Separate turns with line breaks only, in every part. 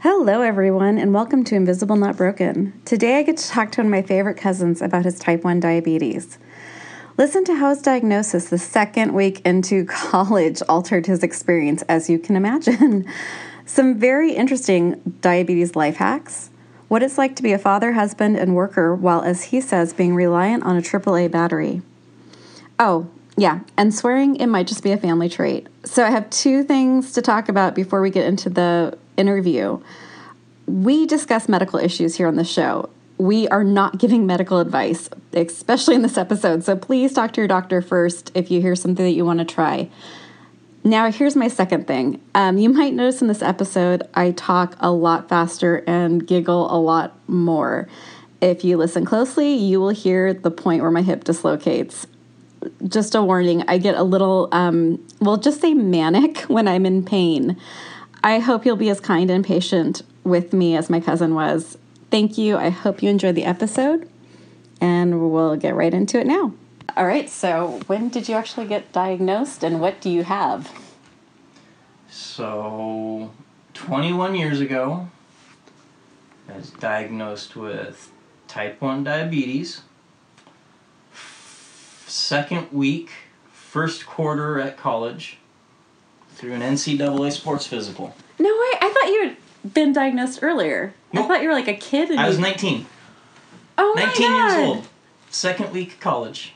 Hello, everyone, and welcome to Invisible Not Broken. Today, I get to talk to one of my favorite cousins about his type 1 diabetes. Listen to how his diagnosis the second week into college altered his experience, as you can imagine. Some very interesting diabetes life hacks, what it's like to be a father, husband, and worker while, as he says, being reliant on a AAA battery. Oh, yeah, and swearing it might just be a family trait. So I have two things to talk about before we get into the interview. We discuss medical issues here on the show. We are not giving medical advice, especially in this episode. So please talk to your doctor first if you hear something that you want to try. Now, here's my second thing. Um, you might notice in this episode, I talk a lot faster and giggle a lot more. If you listen closely, you will hear the point where my hip dislocates just a warning i get a little um well just say manic when i'm in pain i hope you'll be as kind and patient with me as my cousin was thank you i hope you enjoyed the episode and we'll get right into it now all right so when did you actually get diagnosed and what do you have
So, 21 years ago, I was diagnosed with type 1 diabetes. Second week, first quarter at college, through an NCAA sports physical.
no way i thought you had been diagnosed earlier i
Nope.
thought you were like a kid and
I was
you-
19.
oh my
19 years
God.
old. Second week of college.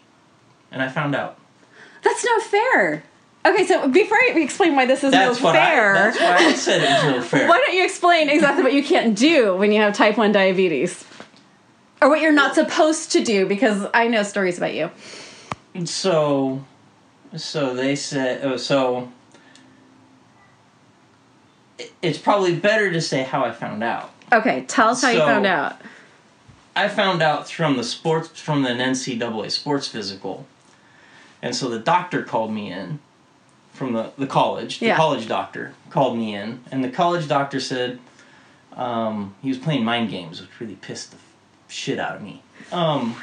And I found out.
that's no fair okay so before i explain why this is
That's
no
what
fair
I, that's why I said it was no fair.
Why don't you explain exactly what you can't do when you have type 1 diabetes? Or what you're not supposed to do because I know stories about you.
So, so they said. Oh, so it- it's probably better to say how I found out.
Okay, tell us how you
So-
found out.
I found out from the sports from an NCAA sports physical, and so the doctor called me in from the the college. The
Yeah.
college doctor called me in, and the college doctor said um, he was playing mind games, which really pissed the shit out of me. Um,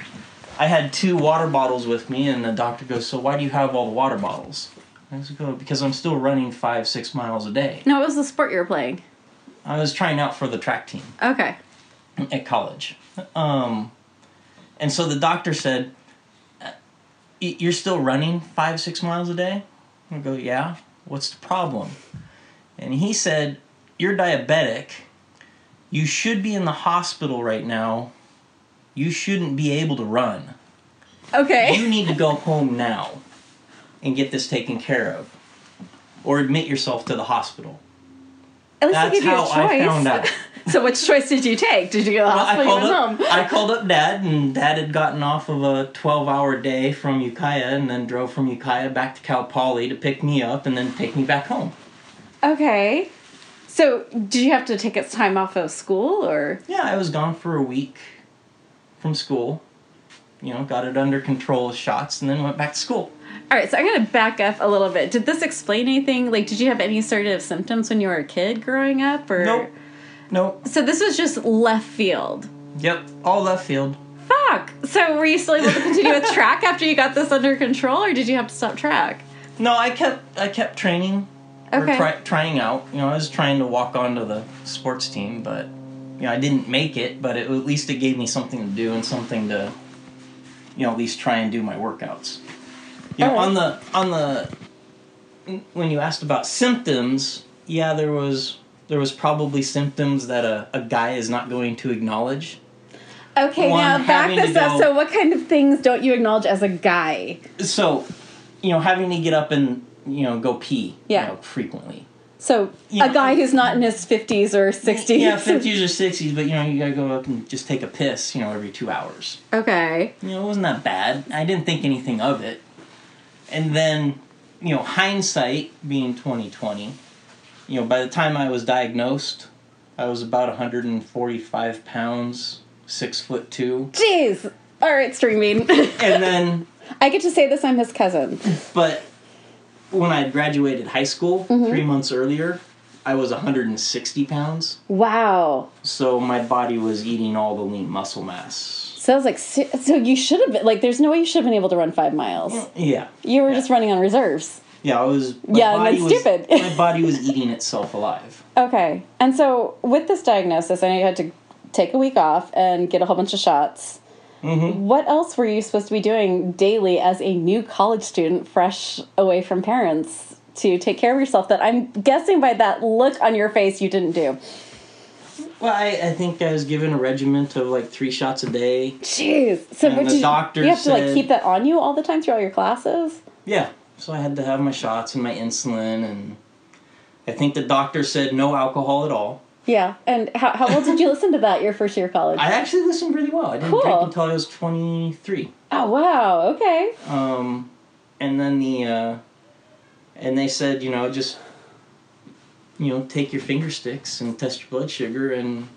I had two water bottles with me, and the doctor goes, "So why do you have all the water bottles?" I was go because I'm still running five six miles a day.
No, it was the sport you were playing.
I was trying out for the track team
Okay.
at college. Um, and so the doctor said, "Uh, y- You're still running five, six miles a day? I go, Yeah, what's the problem? And he said, You're diabetic. You should be in the hospital right now. You shouldn't be able to run. You
Okay.
need to go home now and get this taken care of, or admit yourself to the hospital.
At least
That's
they gave you a
how
choice.
I found out.
So which choice did you take? Did you go to the
Well, I
hospital
called
or
up.
home?
I called up Dad, and Dad had gotten off of a twelve-hour day from Ukiah, and then drove from Ukiah back to Cal Poly to pick me up, and then take me back home.
Okay. So did you have to take its time off of school or
Yeah, I was gone for a week from school. You know, got it under control with shots, and then went back to school.
all right, so I'm gonna back up a little bit. Did this explain anything? Like, did you have any sort of symptoms when you were a kid growing up, or
Nope. Nope.
So this was just left field.
Yep. All left field.
Fuck. So were you still able to continue with track after you got this under control, or did you have to stop track?
No, I kept. I kept training. or
Okay.
try, trying out. You know, I was trying to walk onto the sports team, but you know, I didn't make it. But it, at least it gave me something to do and something to, you know, at least try and do my workouts. You know,
Alright.
on the on the when you asked about symptoms, yeah, there was there was probably symptoms that a, a guy is not going to acknowledge.
Okay,
One,
now back
having to
this up.
go-
So what kind of things don't you acknowledge as a guy?
So, you know, having to get up and you know go pee,
Yeah.
you know, frequently.
So
Yeah.
a guy who's not in his fifties or sixties.
Yeah, fifties or sixties, but you know, you gotta go up and just take a piss, you know, every two hours.
Okay.
You know, it wasn't that bad. I didn't think anything of it. And then, you know, hindsight being twenty twenty, you know, by the time I was diagnosed, I was about one hundred and forty five pounds, six foot two,
Jeez. All right, streaming.
and then,
I get to say this. I'm his cousin.
but when I graduated high school three months earlier, I was one hundred and sixty pounds.
Wow.
So my body was eating all the lean muscle mass.
So I was like, si- so you should have been like. There's no way you should have been able to run five miles.
Yeah.
You were
Yeah.
just running on reserves.
Yeah, I was. my
Yeah, and
body
that's
was-
stupid.
my body was eating itself alive.
Okay. And so with this diagnosis, I know you had to take a week off and get a whole bunch of shots. What else were you supposed to be doing daily as a new college student, fresh away from parents, to take care of yourself? That I'm guessing by that look on your face, you didn't do.
Well, I, I think I was given a regiment of like three shots a day.
Jeez. So
And
what
the
did you-
doctor
you have to like
said-
keep that on you all the time through all your classes?
Yeah, so I had to have my shots and my insulin, and I think the doctor said no alcohol at all.
Yeah. And how, how well did you listen to that your first year of college?
I actually listened really well. I didn't drink
Cool.
until I was twenty three.
oh wow. Okay.
Um, and then the, uh, and they said, you know, just, you know, take your finger sticks and test your blood sugar and,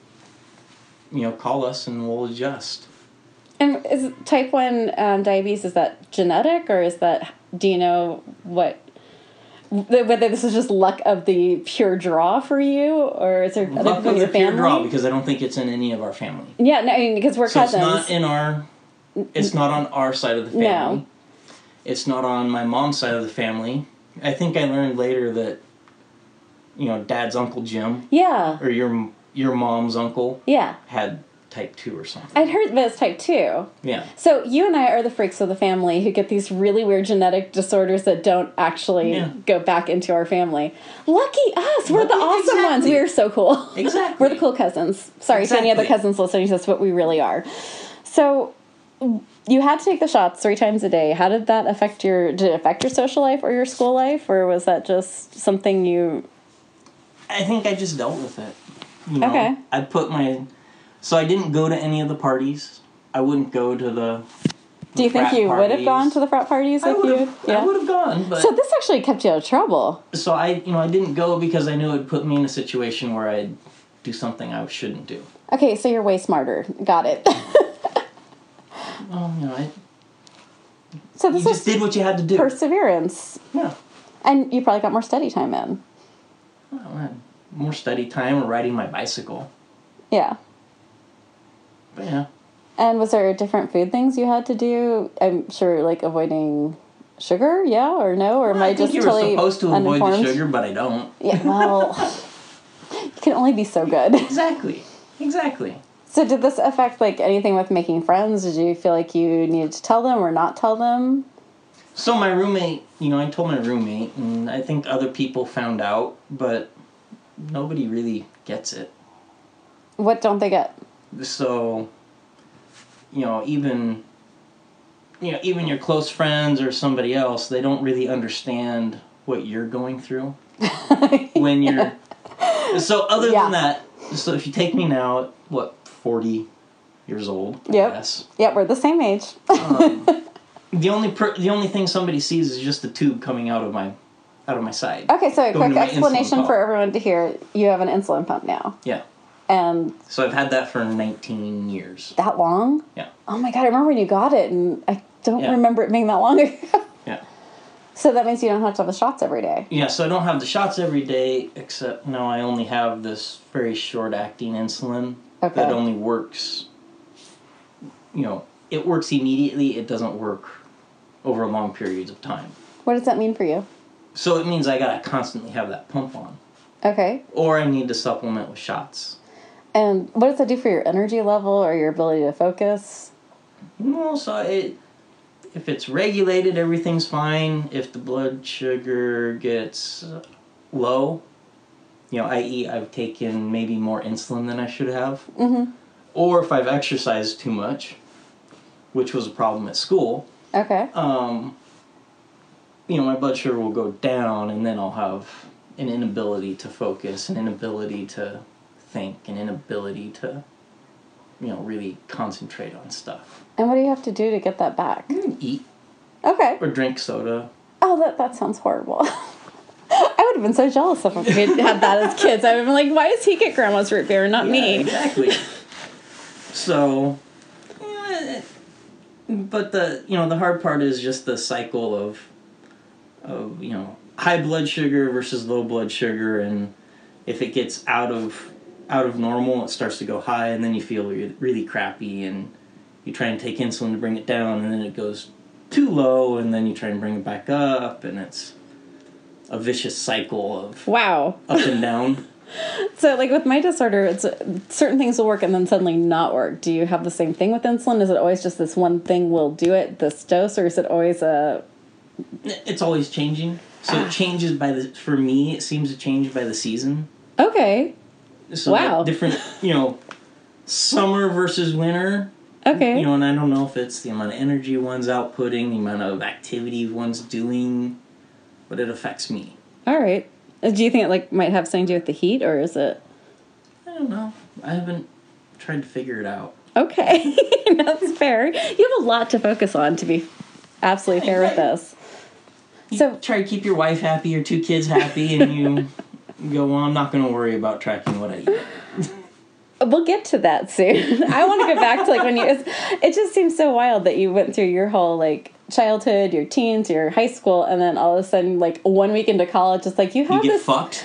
you know, call us and we'll adjust.
And is type one um, diabetes is that genetic or is that do you know what wh- whether this is just luck of the pure draw for you or is there other people
Luckily,
in your
the pure draw
family?
because I don't think it's in any of our family.
Yeah, no, I mean because we're
So it's
cousins.
not in our, it's not on our side of the
No.
family. It's not on my mom's side of the family. I think I learned later that, you know, dad's uncle Jim
yeah,
or your your mom's uncle
yeah.
had type two or something.
I'd heard that it's type two.
Yeah.
So you and I are the freaks of the family who get these really weird genetic disorders that don't actually
Yeah.
go back into our family. Lucky us! We're the
Lucky-
awesome ones.
exactly.
We are so cool.
Exactly.
we're the cool cousins. Sorry to any other
Exactly.
cousins listening. That's what we really are. So you had to take the shots three times a day. How did that affect your? Did it affect your social life or your school life, or was that just something you?
I think I just dealt with it. You know,
Okay.
I put my so I didn't go to any of the parties. I wouldn't go to the.
Do you think
frat
you would have gone
parties.
to the frat parties
I
if
would
you?
have. I would have gone, but
So
so,
this actually kept you out of trouble.
I you know I didn't go because I knew it would put me in a situation where I'd do something I shouldn't do.
Okay, so you're way smarter. Got it.
Well, you know, I,
so this
you
was
just did what you had to do.
perseverance
yeah.
and you probably got more study time in
Well, I had more study time or riding my bicycle.
yeah
But yeah.
and was there different food things you had to do i'm sure like avoiding sugar yeah or no or am
I,
i,
think
just
you were
totally
supposed to avoid
uninformed
the sugar, but I don't.
yeah well you can only be so good
Exactly. Exactly.
so did this affect like anything with making friends did you feel like you needed to tell them or not tell them
So my roommate, you know, I told my roommate, and I think other people found out, but nobody really gets it.
what don't they get
So, you know, even you know, even your close friends or somebody else, they don't really understand what you're going through when you're. So other
Yeah.
than that, so if you take me now, at, what forty years old? I
Yep.
guess, Um,
yeah we're the same age
The only per- the only thing somebody sees is just the tube coming out of my out of my side.
okay so a
Going
quick
to my insulin
explanation
pump.
for everyone to hear you have an insulin pump now
Yeah.
and
So I've had that for 19 years.
that long
Yeah.
Oh my god, I remember when you got it, and I don't
Yeah.
remember it being that long ago.
Yeah.
so that means you don't have to have the shots every day.
Yeah, so I don't have the shots every day, except now I only have this very short acting insulin
Okay.
that only works, you know, it works immediately, it doesn't work over long periods of time.
What does that mean for you?
So it means I gotta constantly have that pump on,
Okay.
or I need to supplement with shots.
And what does that do for your energy level or your ability to focus?
Well, so it, if it's regulated, everything's fine. If the blood sugar gets low, you know, i.e., I've taken maybe more insulin than I should have, mm-hmm. or if I've exercised too much, which was a problem at school,
Okay.
um, you know, my blood sugar will go down, and then I'll have an inability to focus, an inability to think, an inability to, you know, really concentrate on stuff.
And what do you have to do to get that back?
Eat
Okay.
or drink soda.
Oh, that, that sounds horrible. I would have been so jealous if we had had that as kids. I would have been like, why does he get grandma's root beer and not
Yeah,
me?
exactly. so, yeah, but the you know the hard part is just the cycle of, of you know high blood sugar versus low blood sugar, and if it gets out of out of normal, it starts to go high, and then you feel re- really crappy, and you try and take insulin to bring it down, and then it goes too low, and then you try and bring it back up, and it's a vicious cycle of
Wow.
up and down.
So, like with my disorder, it's certain things will work and then suddenly not work. Do you have the same thing with insulin? Is it always just this one thing will do it, this dose, or is it always a
It's always changing. So
Ah.
it changes by the for me it seems to change by the season.
okay,
So
Wow.
like different you know summer versus winter.
okay,
You know, and I don't know if it's the amount of energy one's outputting, the amount of activity one's doing, but it affects me.
all right? Uh, Do you think it like might have something to do with the heat, or is it
I don't know. I haven't tried to figure it out.
okay? That's fair. You have a lot to focus on to be absolutely fair with this. So,
try to keep your wife happy, your two kids happy, and you go, well, I'm not going to worry about tracking what I eat.
We'll get to that soon. I want to go back to like when you. It's, it just seems so wild that you went through your whole like childhood, your teens, your high school, and then all of a sudden, like one week into college, it's like you
You
have
get
this.
fucked.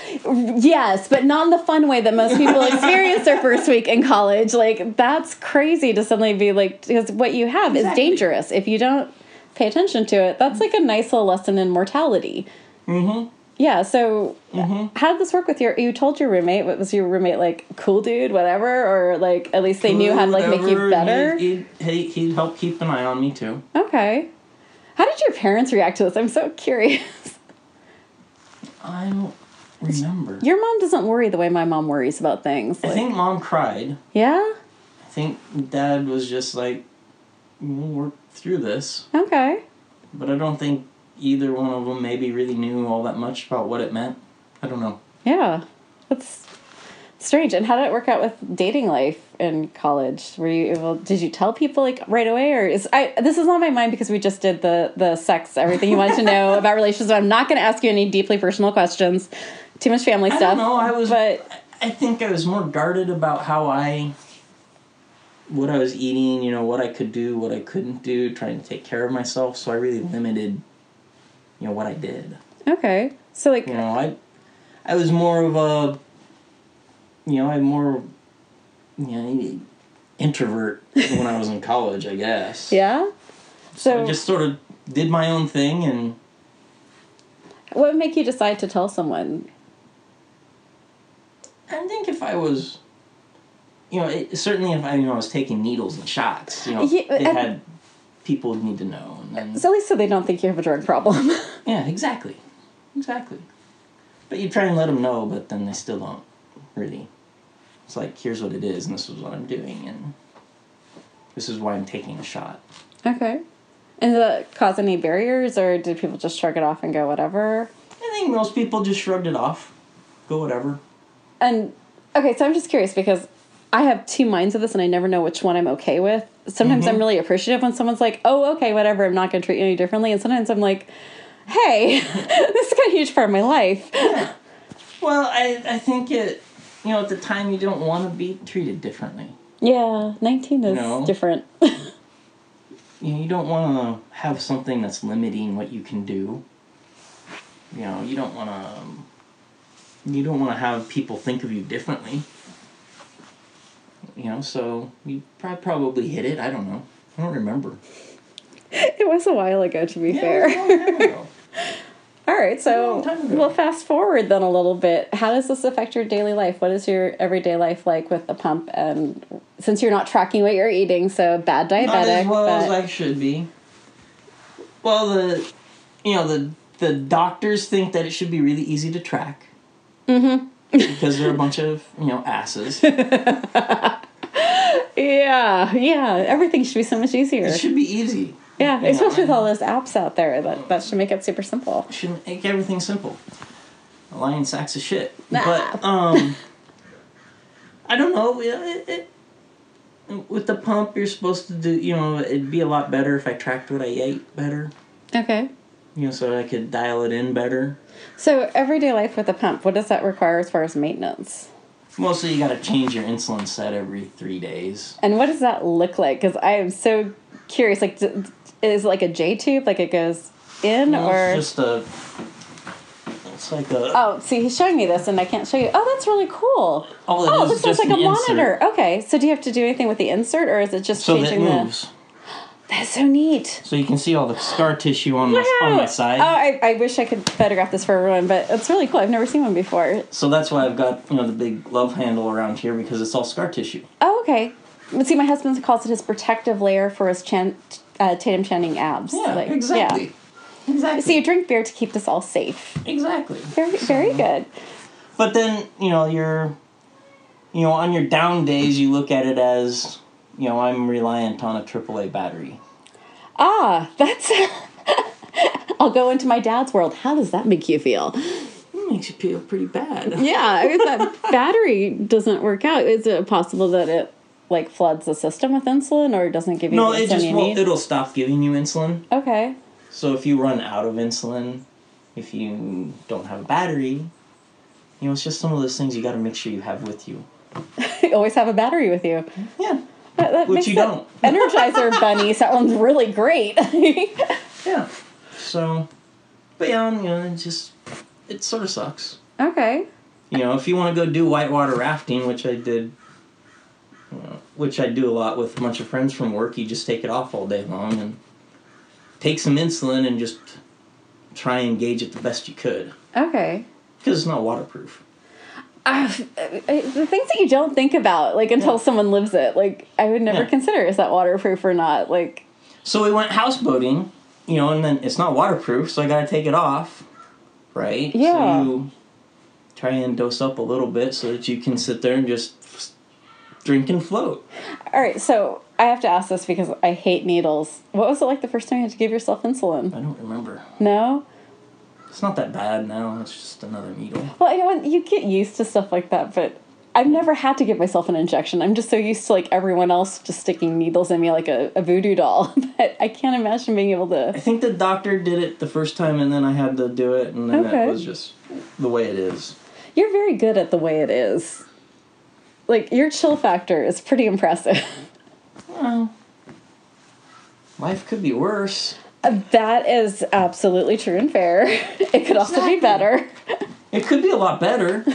yes, but not in the fun way that most people experience their first week in college. Like that's crazy to suddenly be like because what you have
Exactly.
is dangerous if you don't pay attention to it. That's like a nice little lesson in mortality.
Mm-hmm.
Yeah, so how did this work with your you told your roommate what was your roommate like cool dude whatever or like at least they knew how to like make you
Whatever,
better?
He, he, he helped keep an eye on me, too.
Okay. How did your parents react to this? I'm so curious.
I don't remember.
Your mom doesn't worry the way my mom worries about things.
I
Like,
think mom cried.
yeah?
I think dad was just like, we'll work through this.
Okay.
But I don't think either one of them maybe really knew all that much about what it meant. I don't know.
Yeah. That's strange. And how did it work out with dating life in college? Were you able did you tell people like right away or is I this is on my mind because we just did the the sex, everything you wanted to know about relationships. I'm not gonna ask you any deeply personal questions. Too much family
I
stuff.
don't know. I was.
but
I think I was more guarded about how I, what I was eating, you know, what I could do, what I couldn't do, trying to take care of myself. So I really limited, you know, what I did.
okay. So like
You know, I, I was more of a, you know, I'm more, you know, introvert when I was in college, I guess.
yeah?
So I
So
just sort of did my own thing and
what would make you decide to tell someone?
I think if I was, you know, it, certainly if I, you know, I was taking needles and shots, you know,
Yeah,
they
and-
had people would need to know, and then
So at least so they don't think you have a drug problem.
yeah, exactly, exactly. But you try and let them know, but then they still don't really. It's like here's what it is, and this is what I'm doing, and this is why I'm taking a shot.
okay. And did that cause any barriers or did people just shrug it off and go whatever?
I think most people just shrugged it off, go whatever.
And okay, so I'm just curious because I have two minds of this and I never know which one I'm okay with. Sometimes
Mm-hmm.
I'm really appreciative when someone's like, oh, okay, whatever, I'm not going to treat you any differently. And sometimes I'm like, hey, this is a huge part of my life.
Well, I I think it, you know, at the time you don't want to be treated differently.
Yeah, 19 is
No.
different.
you know, you don't want to have something that's limiting what you can do. You know, you don't want to. Um, you don't want to have people think of you differently. You know, so you prob- probably hit it. I don't know. I don't remember.
it was a while ago, to be
Yeah, it
fair.
was a long time ago.
All right, so
long time ago.
we'll fast forward then a little bit. How does this affect your daily life? What is your everyday life like with the pump? And since you're not tracking what you're eating, so bad diabetic.
Not as well
but,
as I should be. Well, the you know the the doctors think that it should be really easy to track. Mm-hmm. because they're a bunch of you know asses.
yeah, yeah, everything should be so much easier.
It should be easy.
Yeah,
Yeah.
especially with all those apps out there, that, that should make it super simple.
should make everything simple. A lion sacks of shit.
Nah.
But um, I don't know. It, it, it, with the pump, you're supposed to do. You know, it'd be a lot better if I tracked what I ate better.
Okay.
You know, so I could dial it in better.
So everyday life with a pump, what does that require as far as maintenance?
Mostly, you got to change your insulin set every three days.
And what does that look like? Because I am so curious. Like, d- d- is it like a J tube? Like it goes in,
You know,
or
it's just a. It's like a.
oh, see, he's showing me this, and I can't show you. Oh, that's really cool.
All it
oh,
is
this
is
looks
just
like a
an insert.
monitor. Okay, so do you have to do anything with the insert, or is it just
so that
changing
moves.
the? That's so neat.
So you can see all the scar tissue on my, on my side.
Oh, I, I wish I could photograph this for everyone, but it's really cool. I've never seen one before.
So that's why I've got you know the big love handle around here because it's all scar tissue.
Oh, okay. But see, my husband calls it his protective layer for his Chan, uh, Tatum Channing abs.
Yeah,
Like,
exactly. Exactly.
So you drink beer to keep this all safe.
exactly.
Very, very good.
But then, you know, you're, you know, on your down days, you look at it as, you know, I'm reliant on a AAA battery.
Ah, that's. I'll go into my dad's world. How does that make you feel?
It makes you feel pretty bad.
Yeah, if that battery doesn't work out, is it possible that it like floods the system with insulin or doesn't give you
No,
the
it
insulin
just
you
will,
need?
it'll stop giving you insulin.
Okay.
So if you run out of insulin, if you don't have a battery, you know, it's just some of those things you got to make sure you have with you.
You always have a battery with you.
Yeah.
That, that
Which
makes
you
that
don't.
Energizer bunny sounds really great.
Yeah. So, but yeah, you know, it just, it sort of sucks.
okay.
You know, if you want to go do whitewater rafting, which I did, you know, which I do a lot with a bunch of friends from work, you just take it off all day long and take some insulin and just try and gauge it the best you could
Okay.
because it's not waterproof.
Ah, f- uh, the things that you don't think about, like until someone lives it, like I would never
Yeah.
consider is that waterproof or not. Like,
So we went houseboating, you know, and then it's not waterproof, so I got to take it off, right?
Yeah.
So you try and dose up a little bit so that you can sit there and just drink and float.
all right, so I have to ask this because I hate needles. What was it like the first time you had to give yourself insulin?
I don't remember.
No.
It's not that bad now. It's just another needle.
Well, I know when you get used to stuff like that, but I've never had to give myself an injection. I'm just so used to like everyone else just sticking needles in me like a, a voodoo doll. but I can't imagine being able
I
to.
think the doctor did it the first time, and then I had to do it, and then
Okay.
it was just the way it is.
You're very good at the way it is. Like your chill factor is pretty impressive.
Well, life could be worse.
that is absolutely true and fair. It could also be
Exactly.
better.
It could be a lot better.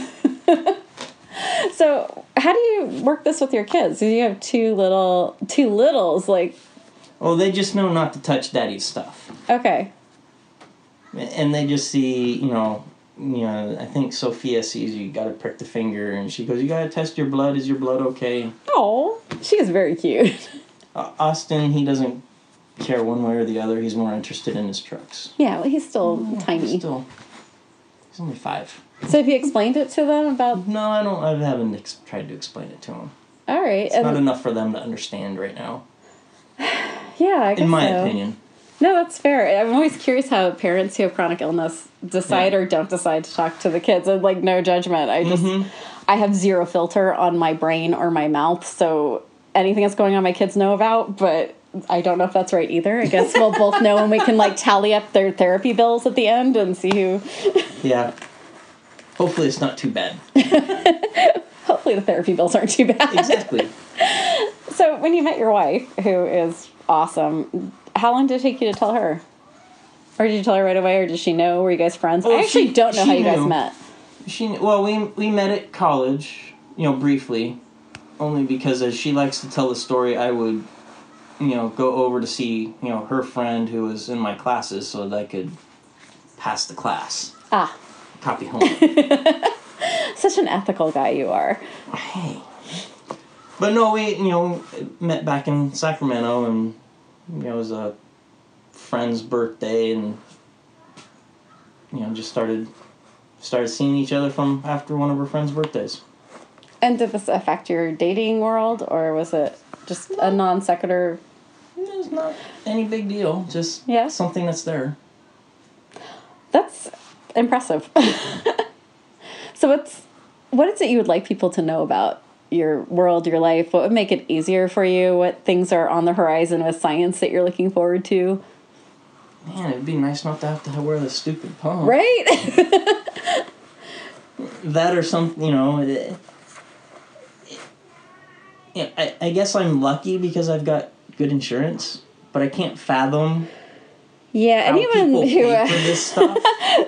So, how do you work this with your kids? Do you have two little two littles like
well, they just know not to touch daddy's stuff,
okay.
and they just see, you know, you know. I think Sophia sees you got to prick the finger, and she goes, "You got to test your blood. Is your blood okay?"
Oh, she is very cute.
Uh, Austin, he doesn't care one way or the other. He's more interested in his trucks.
Yeah, well, he's still tiny.
Still, he's only five.
So have you explained it to them about?
No, I don't. I haven't ex- tried to explain it to him.
All right,
It's not
and-
enough for them to understand right now,
yeah, I guess
in my
so.
opinion.
No, that's fair. I'm always curious how parents who have chronic illness decide
Yeah.
or don't decide to talk to the kids. And like, no judgment. I just,
Mm-hmm.
I have zero filter on my brain or my mouth, so anything that's going on, my kids know about, but. I don't know if that's right either. I guess we'll both know and we can like tally up their therapy bills at the end and see who.
Yeah. Hopefully, it's not too bad.
Hopefully, the therapy bills aren't too bad.
Exactly.
So, when you met your wife, who is awesome, how long did it take you to tell her? Or did you tell her right away, or did she know? Were you guys friends?
Oh,
I actually
she-
don't know
she
how you guys
knew.
met.
she well, we we met at college, you know, briefly, only because as she likes to tell the story, I would, you know, go over to see you know her friend who was in my classes so that I could pass the class,
Ah,
copy home.
such an ethical guy you are.
hey. But no, we you know met back in Sacramento, and you know it was a friend's birthday, and you know just started started seeing each other from after one of her friend's birthdays.
And did this affect your dating world, or was it just a non sequitur?
It's not any big deal, just
Yeah.
something that's there.
That's impressive. so, what's what is it you would like people to know about your world, your life? What would make it easier for you? What things are on the horizon with science that you're looking forward to?
Man, it'd be nice not to have to wear the stupid pump.
Right?
That or something, you know. It, it, yeah, I, I guess I'm lucky because I've got good insurance, but I can't fathom
Yeah,
how people
anyone who.
pay for this stuff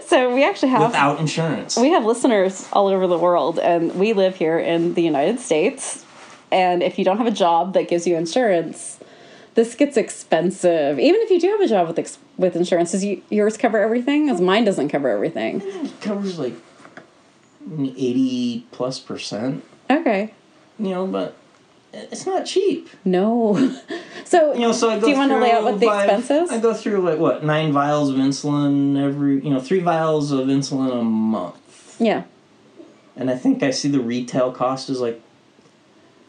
so we actually have
without insurance.
we have listeners all over the world, and we live here in the United States. And if you don't have a job that gives you insurance, this gets expensive. Even if you do have a job with ex- with insurance, does you, yours cover everything? As mine doesn't cover everything.
It covers like 80 plus percent,
Okay.
you know, but it's not cheap.
No. so,
You know, so I go
do you want to lay out
through
what the
five-
expenses?
I go through like what nine vials of insulin every, you know, three vials of insulin a month,
yeah.
and I think I see the retail cost is like,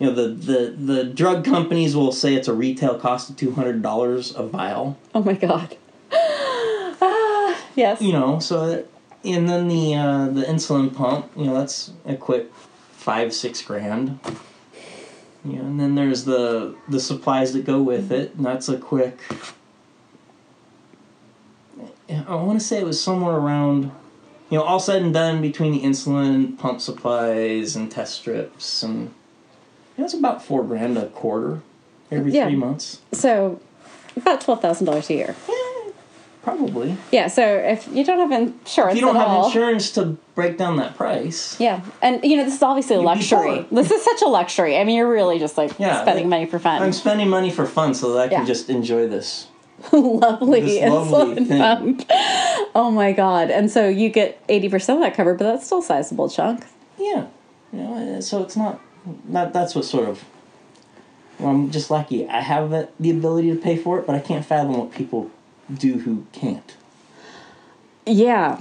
you know, the the the drug companies will say it's a retail cost of two hundred dollars a vial.
Oh my god. ah, yes.
you know so that, and then the uh, the insulin pump you know that's a quick five six grand you know and then there's the the supplies that go with it and that's a quick i want to say it was somewhere around you know all said and done between the insulin pump supplies and test strips and you know, it's about four grand a quarter every
Yeah.
three months
So, about twelve thousand dollars a year.
probably
Yeah. So if you don't have insurance,
if you don't
at
have
all,
insurance to break down that price
Yeah, and you know this is obviously a
You'd be
luxury.
poor.
This is such a luxury. I mean, you're really just like
Yeah,
spending
it-
money for fun.
I'm spending money for fun so that I
Yeah.
can just enjoy this.
lovely,
This
and
lovely
so-
thing.
um, Oh my god! And so you get eighty percent of that covered, but that's still a sizable chunk.
Yeah. You know, uh, so it's not that that's what sort of well, I'm just lucky. I have the, the ability to pay for it, but I can't fathom what people do who can't.
Yeah.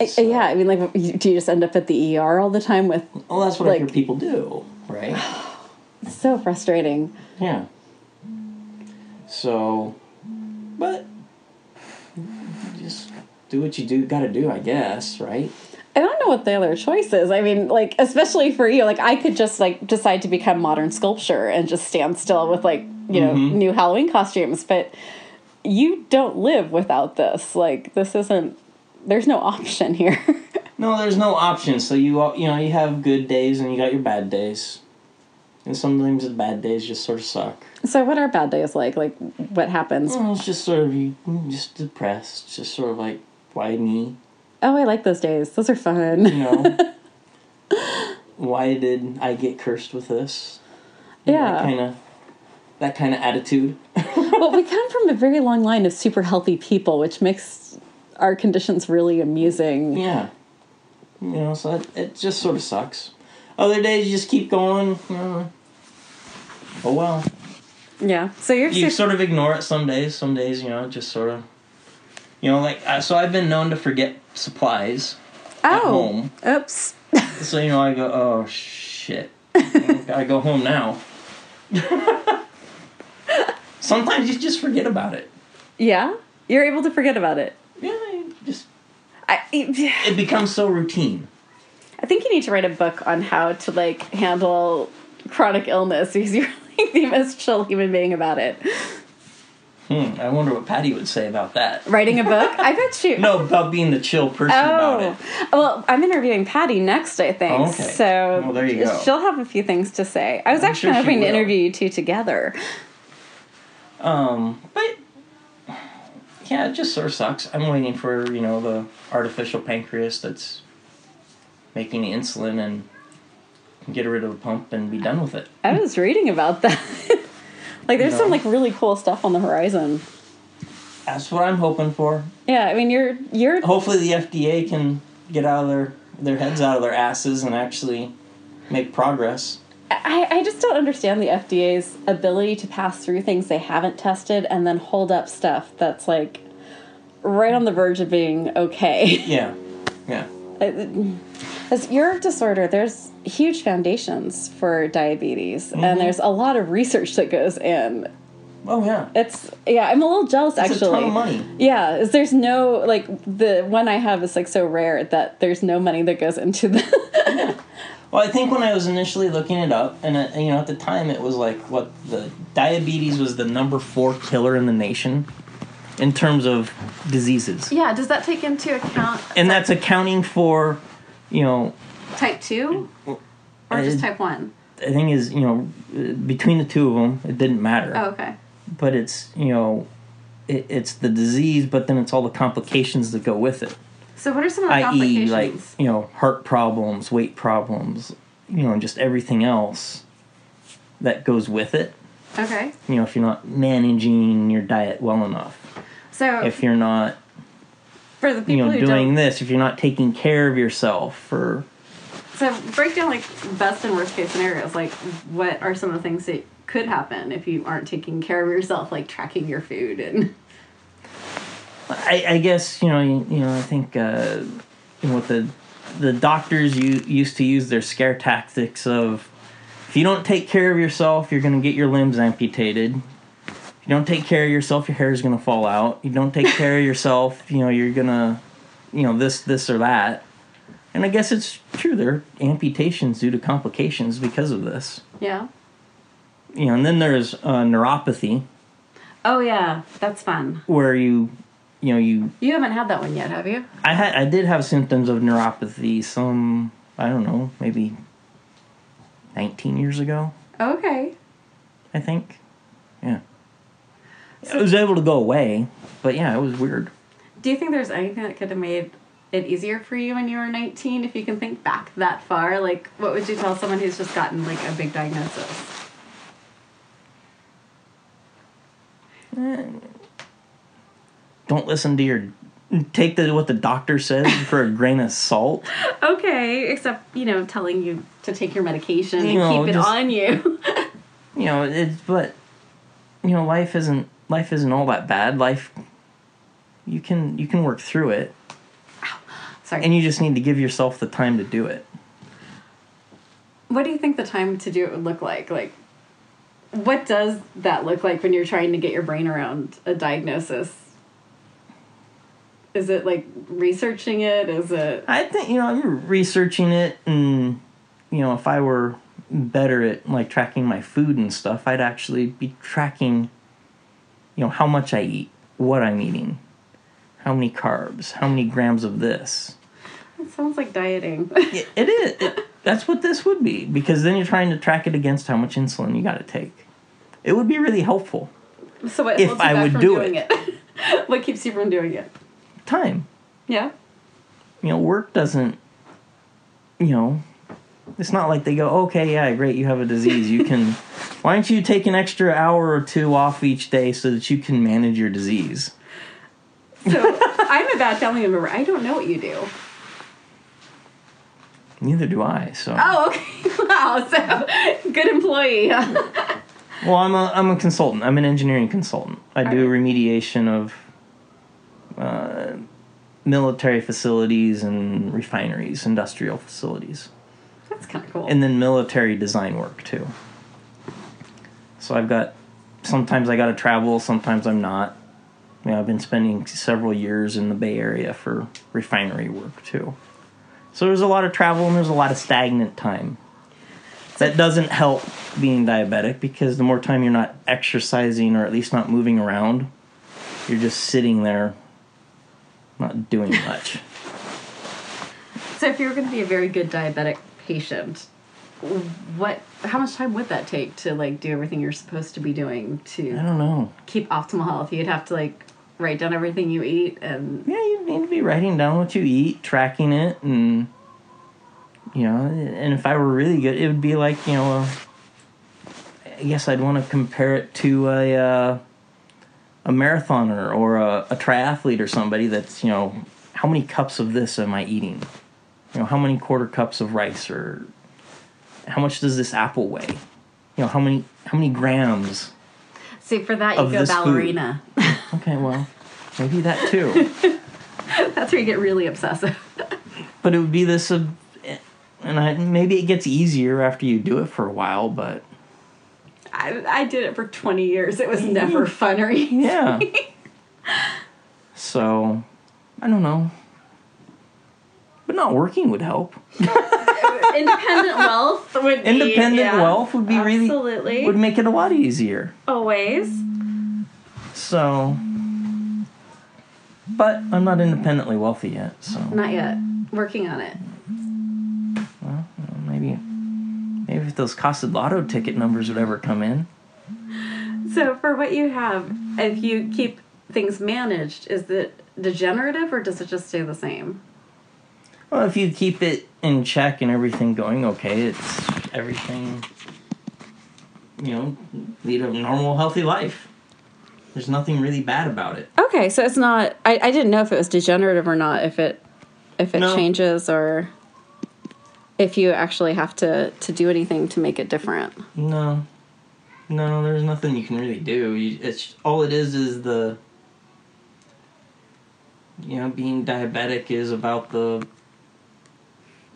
I-
So-
yeah, I mean, like, you- do you just end up at the ER all the time with?
Well, that's what I hear
Like-
people do, right?
It's so frustrating.
Yeah. So, but just do what you do, gotta do, I guess, right?
I don't know what the other choice is. I mean, like, especially for you, like, I could just like decide to become modern sculpture and just stand still with like you know
Mm-hmm.
new Halloween costumes, but you don't live without this. Like, this isn't. There's no option here.
No, there's no option. So you all, you know you have good days and you got your bad days, and sometimes the bad days just sort of suck.
so, what are bad days like? Like, what happens?
Well, it's just sort of you you're just depressed, just sort of like why me,
Oh, I like those days. Those are fun.
you know? why did I get cursed with this? You know,
yeah.
that kind of that kind of attitude.
well, we come from a very long line of super healthy people, which makes our conditions really amusing.
Yeah, you know, so it, it just sort of sucks. Other days you just keep going. You know, oh well.
Yeah. So you're super-
you sort of ignore it some days. Some days, you know, just sort of, you know, like uh, so. I've been known to forget supplies.
oh,
home.
oops.
So you know, I go, oh shit, gotta go home now. Sometimes you just forget about it.
Yeah, you're able to forget about it.
Yeah, you just
I,
it becomes so routine.
I think you need to write a book on how to like handle chronic illness because you're like the most chill human being about it.
Hmm, I wonder what Patty would say about that.
Writing a book, I bet you.
No, about being the chill person about
Oh,
it.
well, I'm interviewing Patty next, I think.
Oh, okay.
So
Well, there you go.
she'll have a few things to say. I was
I'm
actually
sure she
hoping to
will.
interview you two together.
Um, but yeah, it just sort of sucks. I'm waiting for you know the artificial pancreas that's making the insulin and get rid of the pump and be done with it.
I was reading about that. like, there's some
No.
like really cool stuff on the horizon.
That's what I'm hoping for.
Yeah, I mean, you're you're
Hopefully, the FDA can get out of their their heads out of their asses and actually make progress.
I, I just don't understand the FDA's ability to pass through things they haven't tested and then hold up stuff that's like right on the verge of being okay.
Yeah, yeah.
As your disorder, there's huge foundations for diabetes,
Mm-hmm.
and there's a lot of research that goes in.
Oh yeah.
It's yeah, I'm a little jealous
It's
actually.
a ton of money.
Yeah, is there's no like the one I have is like so rare that there's no money that goes into the.
Well, I think when I was initially looking it up, and uh, you know, at the time it was like what the diabetes was the number four killer in the nation in terms of diseases,
yeah, does that take into account
and that's accounting for, you know,
type two or
just
type one?
I think is you know uh, between the two of them, it didn't matter,
Oh, okay.
but it's you know, it, it's the disease, but then it's all the complications that go with it,
So what are some of the
i.e.,
complications?
E, like you know, heart problems, weight problems, you know, and just everything else that goes with it.
Okay.
You know, if you're not managing your diet well enough,
So
if you're not
for the people
you know
who
doing
don't,
this, if you're not taking care of yourself, or
so break down like best and worst case scenarios. Like, what are some of the things that could happen if you aren't taking care of yourself, like tracking your food and
I, I guess you know you, you know I think uh, you know, what the the doctors you used to use their scare tactics of if you don't take care of yourself you're going to get your limbs amputated if you don't take care of yourself your hair is going to fall out you don't take care of yourself you know you're going to you know this this or that and i guess it's true there are amputations due to complications because of this
yeah.
you know and then there's uh, neuropathy
Oh yeah, that's fun.
where you you know you
You haven't had that one yet, have you?
I had I did have symptoms of neuropathy some I don't know maybe nineteen years ago
Okay.
I think yeah it was able to go away but yeah it was weird
Do you think there's anything that could have made it easier for you when you were 19 if you can think back that far? Like, what would you tell someone who's just gotten like a big diagnosis?
don't listen to your take the what the doctor says for a grain of salt
Okay, except, you know, telling you to take your medication and
No,
keep it
just-
on you.
you know it's but you know life isn't life isn't all that bad life you can you can work through it
Sorry.
and you just need to give yourself the time to do it
what do you think the time to do it would look like? Like, what does that look like when you're trying to get your brain around a diagnosis? Is it like researching it? Is it.
I think you know I'm researching it, and you know if I were better at like tracking my food and stuff, I'd actually be tracking, you know, how much I eat, what I'm eating, how many carbs, how many grams of this.
It sounds like dieting.
It, it is. It, that's what this would be because then you're trying to track it against how much insulin you got to take. It would be really helpful.
So what
If
holds you
I
back
would
from
do
doing it? what keeps you from doing it?
Time.
Yeah.
you know, work doesn't, you know, it's not like they go, okay, yeah, great, you have a disease. You can, why don't you take an extra hour or two off each day so that you can manage your disease?
So I'm a bad family member. I don't know what you do.
Neither do I. So,
Oh, okay. Wow. So good employee. huh?
well, I'm a I'm a consultant. I'm an engineering consultant. I do
Alright.
remediation of uh, military facilities and refineries, industrial facilities.
That's kind of cool.
and then military design work too. So I've got sometimes I got to travel, sometimes I'm not. You know, I've been spending several years in the Bay Area for refinery work too. So there's a lot of travel and there's a lot of stagnant time. That doesn't help being diabetic because the more time you're not exercising or at least not moving around, you're just sitting there not doing much.
so if you were going to be a very good diabetic patient, what? How much time would that take to like do everything you're supposed to be doing
I
to
don't know.
keep optimal health? You'd have to like write down everything you eat and
yeah, you need to be writing down what you eat, tracking it, and you know. And if I were really good, it would be like you know, a, I guess I'd want to compare it to a uh, a marathoner or a, a triathlete or somebody that's you know, how many cups of this am I eating? You know, how many quarter cups of rice or how much does this apple weigh? You know, how many how many grams?
see for that you
Of
go
this food.
ballerina.
Okay, well, maybe that too.
That's where you get really obsessive.
but it would be this uh, and I, maybe it gets easier after you do it for a while but
I, I did it for 20 years. It was never fun or easy.
yeah so i don't know but not working would help
Independent wealth would be-
independent
yeah,
wealth would be
absolutely.
really would make it a lot easier
always.
so but i'm not independently wealthy yet so
Not yet. Working on it.
maybe maybe if those casa lotto ticket numbers would ever come in
So for what you have, if you keep things managed, is it degenerative or does it just stay the same?
Well, if you keep it in check and everything going okay, it's everything. you know, lead a normal, healthy life. There's nothing really bad about it.
Okay, so it's not. I, I didn't know if it was degenerative or not. If it if it
No.
changes or if you actually have to to do anything to make it different.
No, no, there's nothing you can really do. You, it's all it is is the. You know, being diabetic is about the.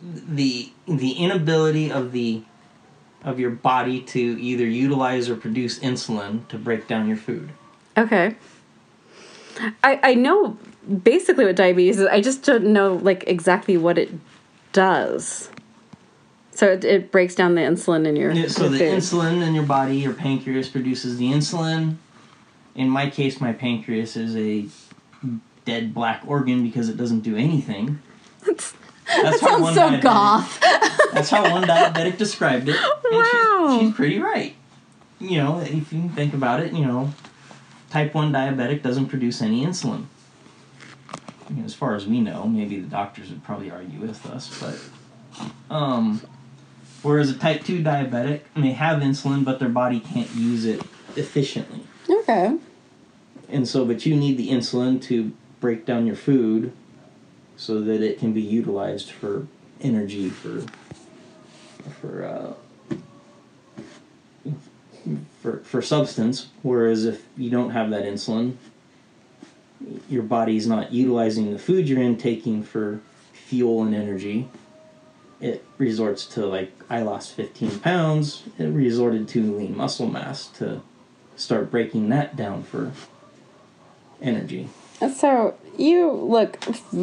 The the inability of the, of your body to either utilize or produce insulin to break down your food.
Okay. I I know basically what diabetes is. I just don't know like exactly what it does. So it, it breaks down the insulin in your
Yeah, so
your
the
food.
insulin in your body, your pancreas produces the insulin. In my case, my pancreas is a dead black organ because it doesn't do anything. That's
Sounds so goth.
That's how one diabetic described it. And
Wow.
she's, she's pretty right. You know, if you think about it, you know, type 1 diabetic doesn't produce any insulin. I mean, as far as we know, maybe the doctors would probably argue with us, but. Um, whereas a type 2 diabetic may have insulin, but their body can't use it efficiently.
Okay.
And so, but you need the insulin to break down your food so that it can be utilized for energy, for, for, uh, for, for substance. Whereas if you don't have that insulin, your body's not utilizing the food you're intaking for fuel and energy. It resorts to, like, I lost 15 pounds. It resorted to lean muscle mass to start breaking that down for energy.
So you look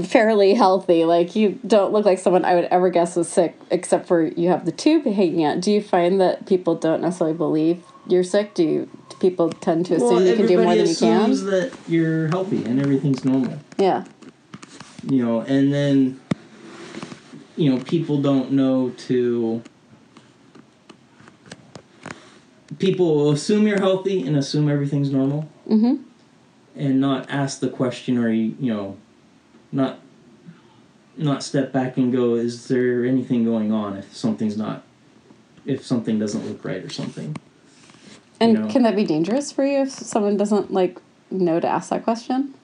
fairly healthy. Like you don't look like someone I would ever guess was sick, except for you have the tube hanging out. Do you find that people don't necessarily believe you're sick? Do you, do people tend to assume you can do more than you
assumes
can?
that you're healthy and everything's normal,
Yeah.
you know, and then you know people don't know to. People will assume you're healthy and assume everything's normal,
Mm-hmm.
and not ask the question or you know, not not step back and go, is there anything going on if something's not, if something doesn't look right or something.
And
know.
can that be dangerous for you if someone doesn't like know to ask that question?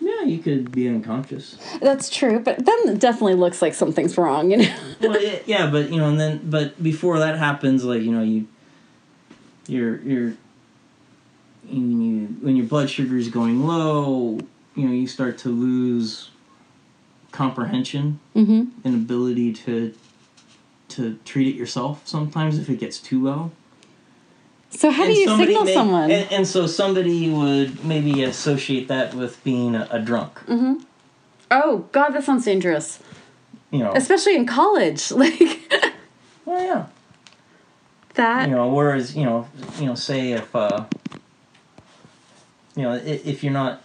Yeah, you could be unconscious.
That's true, but then it definitely looks like something's wrong. You know.
well, yeah, yeah, but you know, and then but before that happens, like you know, you your your when you when your blood sugar is going low, you know, you start to lose comprehension
Mm-hmm.
and ability to to treat it yourself. Sometimes if it gets too low.
So how
And
do you
somebody
signal
may-
someone?
And, and so somebody would maybe associate that with being a, a drunk.
Mm-hmm. oh God, that sounds dangerous,
You know.
especially in college. Like
Well, yeah.
that.
you know whereas you know you know say if uh you know if, if you're not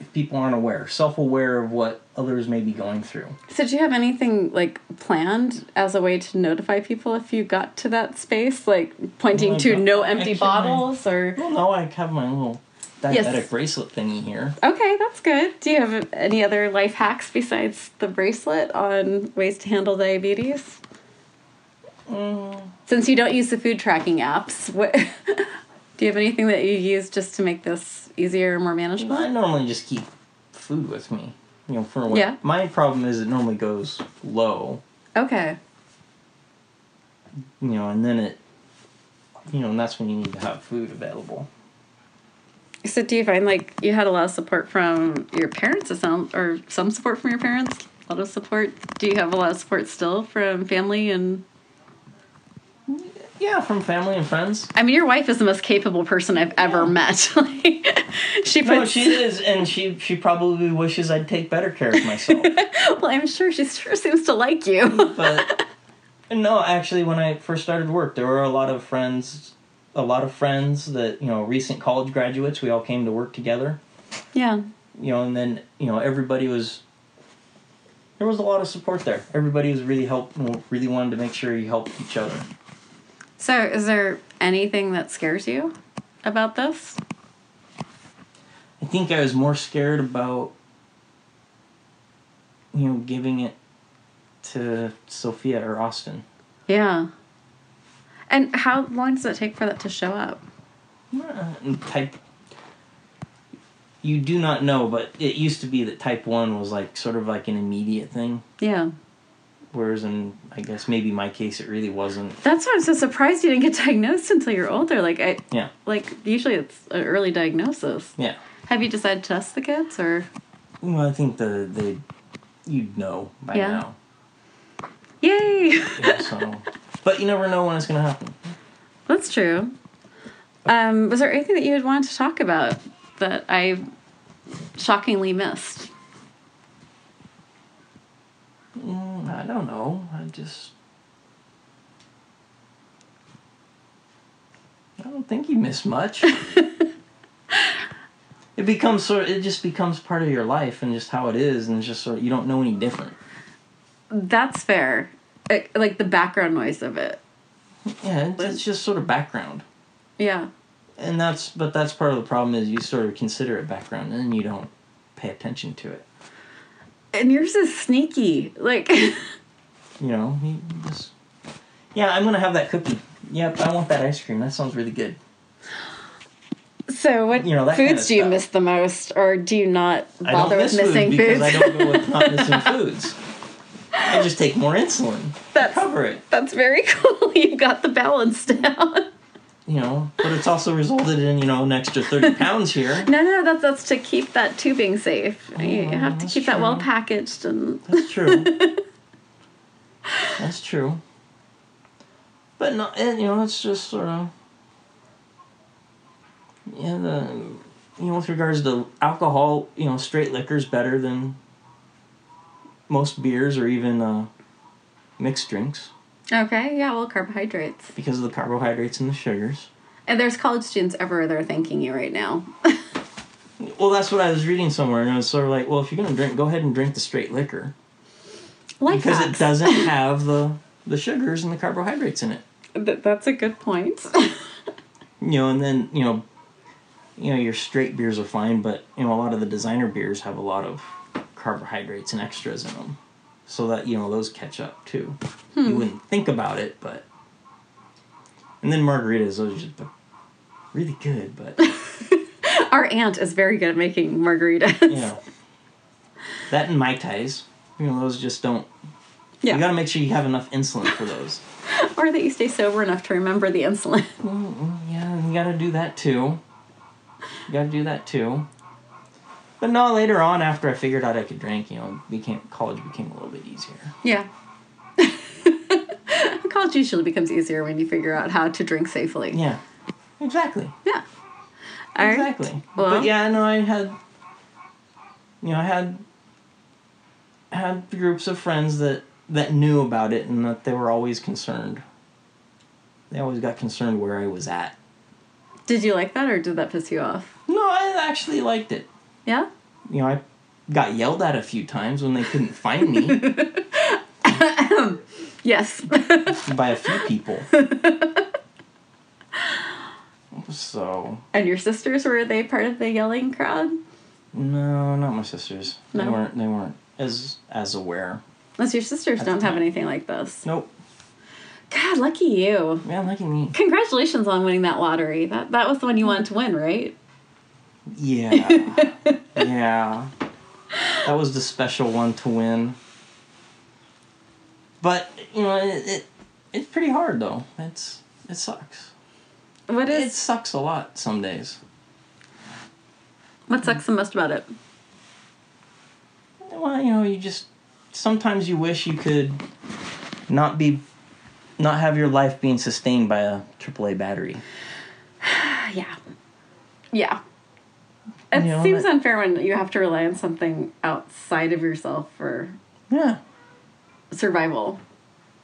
if people aren't aware self-aware of what others may be going through
So, do you have anything like planned as a way to notify people if you got to that space, like pointing
Well, I've
to
got-
no empty
actually, my-
bottles or?
well no i have my little diabetic
Yes.
bracelet thingy here
Okay, that's good. Do you have any other life hacks besides the bracelet on ways to handle diabetes?
Mm.
Since you don't use the food tracking apps, what, do you have anything that you use just to make this easier, more manageable?
i normally just keep food with me you know for a while
Yeah.
my problem is it normally goes low
Okay.
you know and then it you know and that's when you need to have food available
So, do you find like you had a lot of support from your parents, or some, or some support from your parents? A lot of support. Do you have a lot of support still from family? And
yeah from family and friends
I mean, your wife is the most capable person I've ever met. Like, she puts.
no she is and she she probably wishes i'd take better care of myself
well, I'm sure she sure seems to like you.
but no, actually, when I first started work, there were a lot of friends, a lot of friends that you know, recent college graduates. We all came to work together,
yeah.
you know, and then you know, everybody was. There was a lot of support there. Everybody was really help, really wanted to make sure you helped each other.
So, is there anything that scares you about this?
I think I was more scared about, you know, giving it to Sophia or Austin.
Yeah. And how long does it take for that to show up?
Uh, type you do not know but it used to be that type 1 was like sort of like an immediate thing
Yeah.
whereas in i guess maybe my case it really wasn't
That's why I'm so surprised you didn't get diagnosed until you're older. Like I
yeah
like usually it's an early diagnosis.
yeah
Have you decided to test the kids or
well i think the they you'd know by
Yeah.
now
Yay!
Yeah, so but you never know when it's gonna happen
That's true. Um, was there anything that you had wanted to talk about that I shockingly missed?
Mm, i don't know i just i don't think you miss much it becomes sort it just becomes part of your life and just how it is and it's just sort of you don't know any different
That's fair. It, like the background noise of it.
Yeah, it's, it's just sort of background,
Yeah.
and that's but that's part of the problem is you sort of consider it background and then you don't pay attention to it.
And yours is sneaky. Like,
You know, you you just yeah, I'm gonna have that cookie. Yep, I want that ice cream. That sounds really good.
so what
You know, that
foods
kinda
do you
stuff.
miss the most, or do you not
I don't
bother
miss
with
food
missing
because
foods?
I don't go with not missing foods. I just take more insulin.
That's-
to cover it.
That's very cool. You've got the balance down.
You know, but it's also resulted in you know an extra thirty pounds here.
No, no, that's that's to keep that tubing safe. you
Oh,
have to
that's
keep that well
true.
packaged and
That's true. That's true. But no, and, you know, it's just sort of yeah. The you know, with regards to alcohol, you know, straight liquor's better than most beers or even uh, mixed drinks
okay, yeah, well, carbohydrates.
because of the carbohydrates and the sugars.
And there's college students everywhere that are thanking you right now.
Well, that's what I was reading somewhere, and I was sort of like, well, if you're gonna drink, go ahead and drink the straight liquor
Life
because it
hacks.
doesn't have the the sugars and the carbohydrates in it.
Th- that's a good point.
you know, and then you know, you know, your straight beers are fine, but you know, a lot of the designer beers have a lot of carbohydrates and extras in them, so that you know those catch up too. You wouldn't think about it, but and then margaritas, those are just really good, but
Our aunt is very good at making margaritas.
you know, that and mai tais, you know, those just don't. You
Yeah.
got to make sure you have enough insulin for those.
Or that you stay sober enough to remember the insulin.
Yeah, you gotta do that too. You gotta do that too. But no, later on, after I figured out I could drink, you know, became college became a little bit easier.
Yeah. college usually becomes easier when you figure out how to drink safely.
Yeah, exactly,
Yeah. All right.
exactly.
Well-
but yeah, no, I had, you know, I had had groups of friends that that knew about it and that they were always concerned. They always got concerned where I was at.
Did you like that or did that piss you off?
No, I actually liked it.
Yeah?
You know, I got yelled at a few times when they couldn't find me.
Yes.
by a few people. so
and your sisters, were they part of the yelling crowd?
no, not my sisters. They
No?
weren't. They weren't as as aware.
Unless your sisters don't have anything like this.
Nope.
God, lucky you.
Yeah, lucky me.
Congratulations on winning that lottery. That that was the one you wanted to win, right?
Yeah. yeah. That was the special one to win. But you know, it, it it's pretty hard though. It's it sucks.
What
It
is
sucks a lot some days.
what sucks the most about it?
Well, you know, you just sometimes you wish you could not be not have your life being sustained by a AAA battery.
Ah, Yeah, yeah. It
You know,
seems
but-
unfair when you have to rely on something outside of yourself for
Yeah.
survival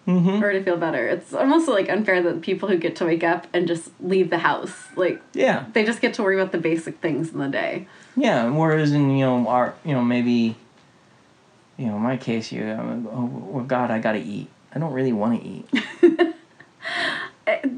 Mhm.
or to feel better. It's almost like unfair that people who get to wake up and just leave the house, like
Yeah.
they just get to worry about the basic things in the day.
Yeah, whereas in you know our you know maybe you know in my case you I'm, oh well, god I got to eat. I don't really want to eat.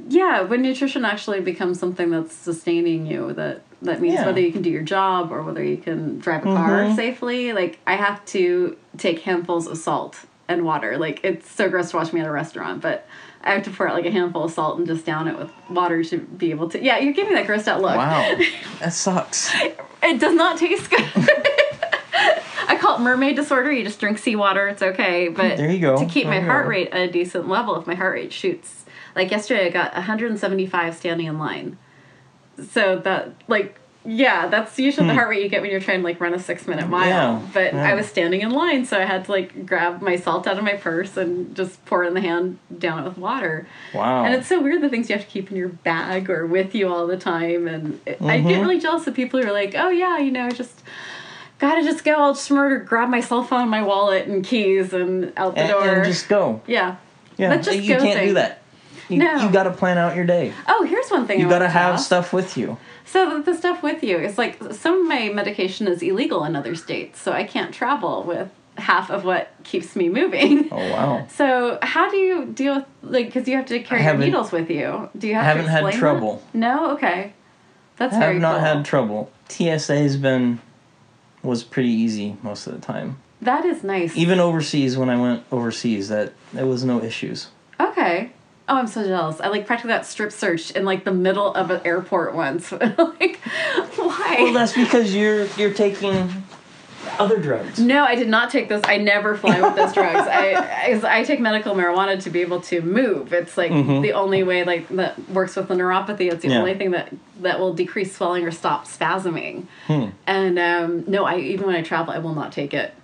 Yeah, when nutrition actually becomes something that's sustaining you, that that means
Yeah.
whether you can do your job or whether you can drive a car
Mhm.
safely. Like I have to take handfuls of salt and water. Like it's so gross to watch me at a restaurant, but I have to pour out like a handful of salt and just down it with water to be able to. Yeah, you're giving that grossed out look.
Wow, that sucks.
It does not taste good. I call it mermaid disorder. You just drink seawater. It's okay. But
There you go.
to keep my
There you
heart
go.
rate at a decent level, if my heart rate shoots, like yesterday, I got 175 standing in line. So that, like, yeah, that's usually the heart rate you get when you're trying to like run a six minute mile.
Hmm. Yeah,
but
yeah.
I was standing in line, so I had to like grab my salt out of my purse and just pour it in the hand, down it with water.
Wow.
And it's so weird the things you have to keep in your bag or with you all the time. And it, I
Mm-hmm.
get really jealous of people who are like, oh, yeah, you know, just gotta just go. I'll just murder, grab my cell phone, my wallet, and keys and out the
and,
door.
and just go.
yeah.
Yeah,
That just
you
go
can't
thing.
do that. You,
No.
you got to plan out your day.
Oh, here's one thing
You
I
got to
wanted
have
ask.
stuff with you.
So the- the stuff with you is like some of my medication is illegal in other states, so I can't travel with half of what keeps me moving.
Oh wow.
So how do you deal with like because you have to carry
I
your
haven't-
needles with you? Do you have?
I haven't
to
had
explain
trouble.
that? No, okay, that's
I
very
have not
cool.
had trouble. TSA's been was pretty easy most of the time.
that is nice.
Even overseas, when I went overseas, that there was no issues.
okay. Oh, I'm so jealous. I like practically that strip search in like the middle of an airport once. like, why?
Well, that's because you're you're taking other drugs.
No, I did not take those. I never fly with those drugs. I, I I take medical marijuana to be able to move. It's like the only way like that works with the neuropathy. It's the
Mm-hmm. Yeah.
only thing that that will decrease swelling or stop spasming.
Hmm.
And um, no, I even when I travel, I will not take it.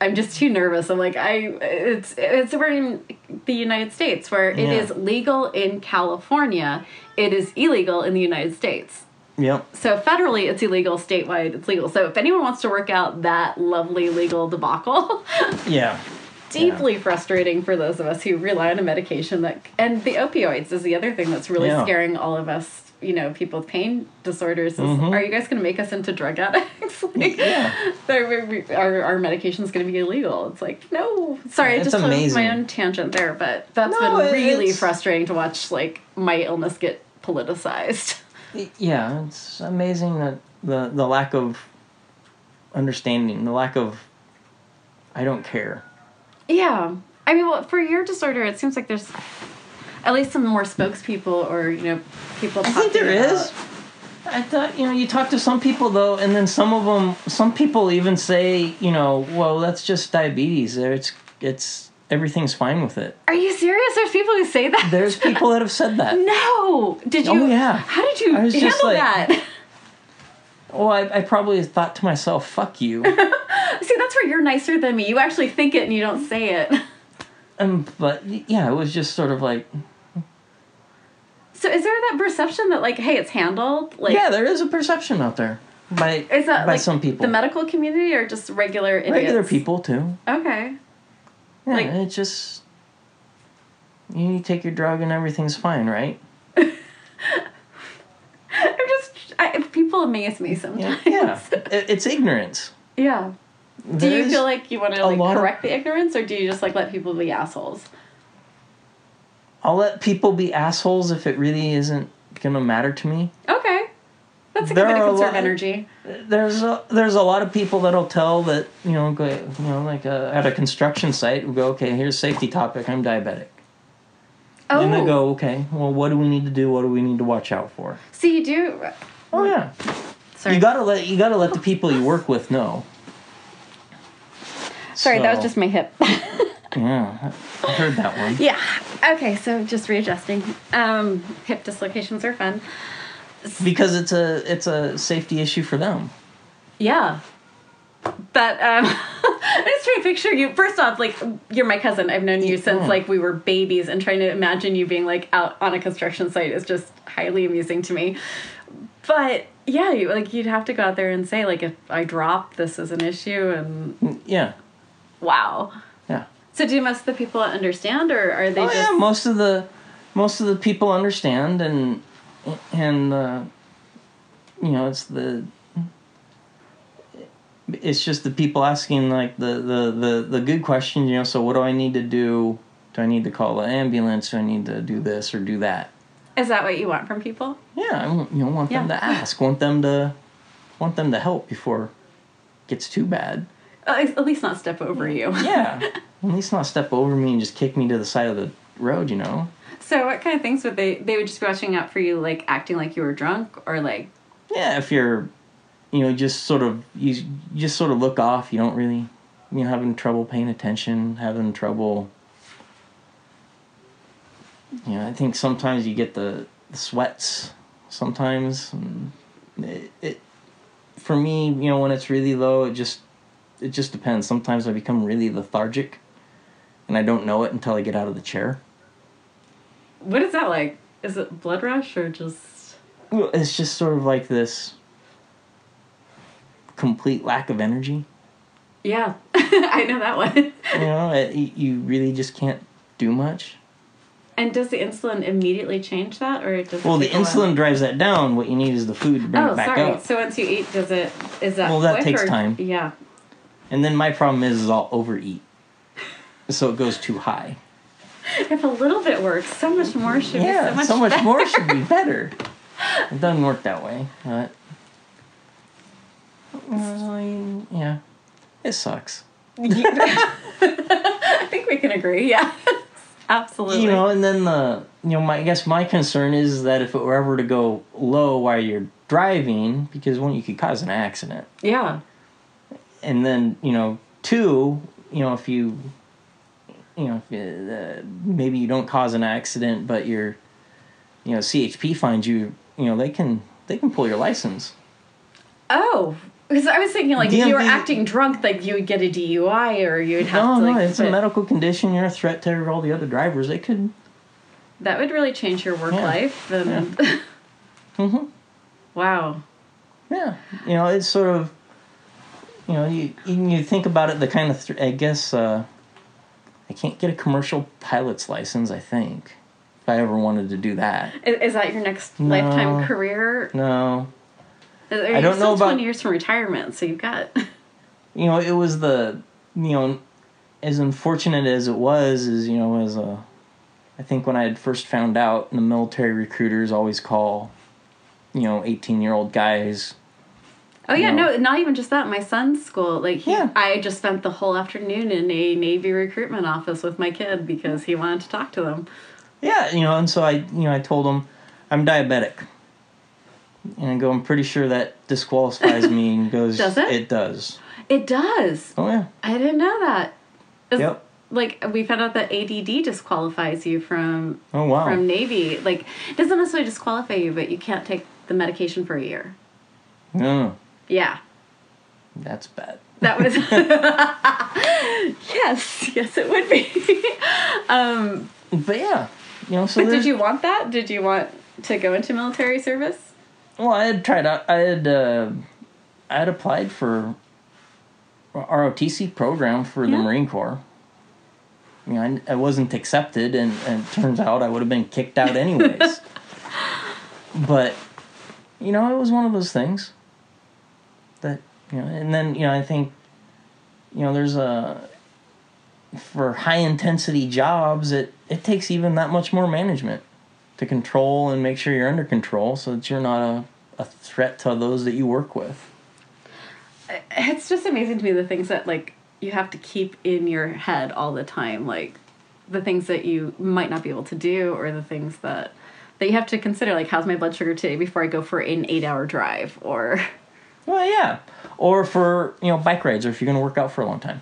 I'm just too nervous. I'm like I it's it's we're in the United States where it
Yeah.
is legal in California. It is illegal in the United States.
Yep.
So federally, it's illegal. Statewide, it's legal. So if anyone wants to work out that lovely legal debacle,
Yeah.
deeply frustrating for those of us who rely on a medication that and the opioids is the other thing that's really
Yeah.
scaring all of us. You know, people with pain disorders. Is, Are you guys going to make us into drug addicts? like,
Mm-hmm. Yeah.
that we- we- our our medication's going to be illegal. It's like no. Sorry, I
It's
just went off my
amazing.
own tangent there, but that's
No,
been
it-
really
it's-
frustrating to watch. Like my illness get politicized.
Yeah. It's amazing that the the lack of understanding, the lack of I don't care.
Yeah. I mean, well, for your disorder, it seems like there's at least some more spokespeople or, you know, people.
I
talking
think there is.
about-
I thought you know you talk to some people though, and then some of them, some people even say you know, well that's just diabetes. There, It's it's everything's fine with it.
Are you serious? There's people who say that?
There's people that have said that.
no. Did
Oh,
you?
yeah.
How did you
I was
handle
just like-
that?
Well, I, I probably thought to myself, "Fuck you,"
See, that's where you're nicer than me. You actually think it and you don't say it.
um, but yeah, it was just sort of like,
So is there that perception that, like, hey, it's handled? Like,
yeah, there is a perception out there by
Is that
by
like
some people,
the medical community or just regular idiots?
regular people too.
Okay.
Yeah,
Like-
it's just you take your drug and everything's fine, right?
I'm just I, people amaze me
Yeah,
sometimes.
yeah. It- it's ignorance.
yeah. Do you feel like you want to like
lot of-
correct the ignorance, or do you just like let people be assholes?
I'll let people be assholes if it really isn't gonna matter to me.
Okay, that's a
There
good way to
are a
conserve
lot-
energy.
There's a, there's a lot of people that'll tell that you know go, you know like uh at a construction site we go okay here's safety topic I'm diabetic
Oh,
and they go okay well what do we need to do what do we need to watch out for
so you do.
oh yeah
Sorry,
you gotta let you gotta let the people you work with know
sorry, that was
So,
just my hip.
yeah I heard that one
yeah. Okay, so just readjusting. Um, hip dislocations are fun.
because it's a it's a safety issue for them
Yeah. But um, I just trying to picture you. First off, like you're my cousin. I've known you since
Yeah.
like we were babies, and trying to imagine you being like out on a construction site is just highly amusing to me. But yeah, you, like you'd have to go out there and say like if I drop, this is an issue, and
yeah
wow.
yeah
So do most of the people understand, or are they
Oh
just?
yeah, most of the most of the people understand, and and uh, you know it's the it's just the people asking like the, the the the good questions. You know, so what do I need to do? Do I need to call the ambulance? Do I need to do this or do that?
Is that what you want from people?
Yeah, I want, you know want them
Yeah.
to ask, want them to want them to help before it gets too bad.
At least- at least not step over you.
Yeah, at least not step over me and just kick me to the side of the road. You know.
So what kind of things would they they would just be watching out for you like acting like you were drunk or like
Yeah, if you're, you know, just sort of you you just sort of look off. You don't really, you know, having trouble paying attention, having trouble. You know, I think sometimes you get the, the sweats. Sometimes, and it, it, for me, you know, when it's really low, it just it just depends. Sometimes I become really lethargic, and I don't know it until I get out of the chair.
what is that like? Is it blood rush or just
Well, it's just sort of like this complete lack of energy.
Yeah. I know that one.
You know, it, y- you really just can't do much.
And does the insulin immediately change that or it does
Well,
it
the
take a while?
insulin drives that down. What you need is the food to bring
Oh,
it back
sorry.
up.
So once you eat, does it is that
Well, that
quick
takes
or-
time.
Yeah.
And then my problem is, is I'll overeat, so it goes too high.
If a little bit works, so much more should be so
yeah,
much,
so much
better.
more should be better. It doesn't work that way, but Well, you- yeah, it sucks.
I think we can agree. Yeah. Absolutely.
You know, and then the you know, my I guess my concern is that if it were ever to go low while you're driving, because one, you could cause an accident,
Yeah.
and then you know, two, you know, if you, you know, if you, uh, maybe you don't cause an accident, but your, you know, CHP finds you, you know, they can they can pull your license.
Oh, because I was thinking like if you were
DMV
acting drunk, like you would get a DUI or you would have
No,
to
no,
like.
it's a
but
medical condition. You're a threat to all the other drivers. They could
That would really change your work
Yeah.
life. And Mm-hmm.
Mhm.
wow.
Yeah, you know, it's sort of, you know, you you you think about it, the kind of thr I guess uh, I can't get a commercial pilot's license. I think if I ever wanted to do that,
I- Is, that your next
No.
lifetime career?
no,
Are
I
you
don't
still
know about-
20 years from retirement, so you've got.
you know, it was the you know, as unfortunate as it was, is you know, as a, I think when I had first found out, the military recruiters always call, you know, eighteen year old guys
Oh yeah,
No.
no, not even just that. My son's school, like, he,
Yeah.
I just spent the whole afternoon in a Navy recruitment office with my kid because he wanted to talk to them.
Yeah, you know, and so I, you know, I told him I'm diabetic, and I go, I'm pretty sure that disqualifies me. And he goes,
Does it?
does.
It does.
Oh yeah.
I didn't know that. Is-
Yep.
Like we found out that ADD disqualifies you from
Oh wow.
from Navy. Like it doesn't necessarily disqualify you, but you can't take the medication for a year.
no,
Yeah.
that's bad.
That was Yes, yes it would be. um
But yeah, you know. So
but did
there's-
you want that? Did you want to go into military service?
Well, I had tried out. I had. Uh, I had applied for a ROTC program for the
Yeah.
Marine Corps. You know, I, I wasn't accepted, and, and it turns out I would have been kicked out anyways. but, you know, it was one of those things that, you know, and then, you know, I think, you know, there's a, for high intensity jobs, it, it takes even that much more management to control and make sure you're under control so that you're not a, a threat to those that you work with.
It's just amazing to me the things that like you have to keep in your head all the time, like the things that you might not be able to do or the things that that you have to consider like how's my blood sugar today before I go for an 8-hour drive or
Well, yeah. Or for, you know, bike rides, or if you're going to work out for a long time.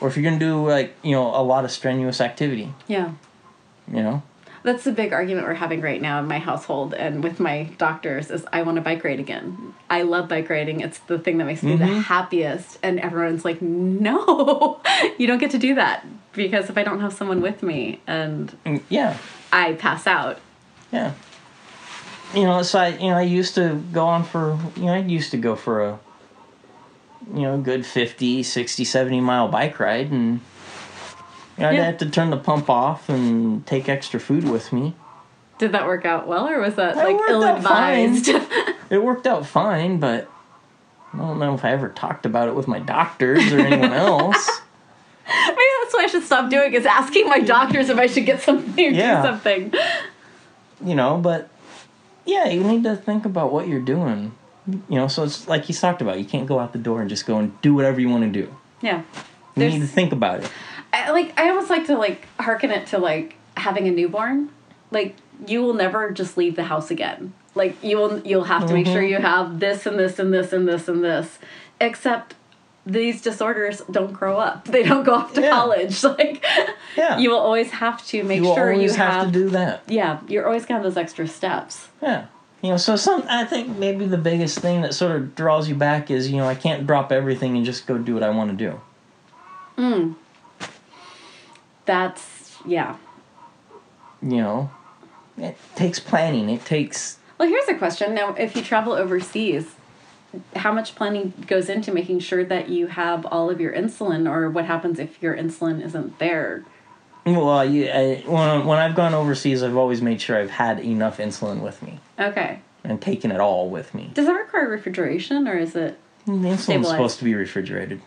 Or if you're going to do, like, you know, a lot of strenuous activity,
yeah.
you know?
That's the big argument we're having right now in my household and with my doctors is I want to bike ride again. I love bike riding. It's the thing that makes me
Mm-hmm.
the happiest and everyone's like, "No. you don't get to do that because if I don't have someone with me and
And, yeah.
I pass out,
Yeah. You know, so I, you know, I used to go on for, you know, I used to go for a, you know, good 50, 60, 70 mile bike ride. And you know, I'd
Yeah.
have to turn the pump off and take extra food with me.
did that work out well or was that
That
like
worked out
ill-advised?
It worked out fine, but I don't know if I ever talked about it with my doctors or anyone else.
Maybe that's what I should stop doing is asking my doctors if I should get something or
Yeah.
do something.
you know, but yeah, you need to think about what you're doing. You know, so it's like he's talked about. You can't go out the door and just go and do whatever you want to do.
Yeah.
You
There's-
need to think about it.
I, like I almost like to like hearken it to like having a newborn. like you will never just leave the house again. Like you will you'll have to make sure
Mm-hmm.
you have this and this and this and this and this. Except these disorders don't grow up. They don't go off to
Yeah.
college. Like
Yeah.
you will always have to make
you will
sure
always
you have,
have to do that.
Yeah, you're always gonna have those extra steps.
Yeah. You know, so some I think maybe the biggest thing that sort of draws you back is, you know, I can't drop everything and just go do what I want to do.
That's yeah.
You know. It takes planning. It takes
Well, here's a question. Now, if you travel overseas, how much planning goes into making sure that you have all of your insulin, or what happens if your insulin isn't there?
well, you, I, when when I've gone overseas, I've always made sure I've had enough insulin with me
Okay.
and taken it all with me.
Does that require refrigeration, or is it?
The insulin's
Stabilized.
supposed to be refrigerated.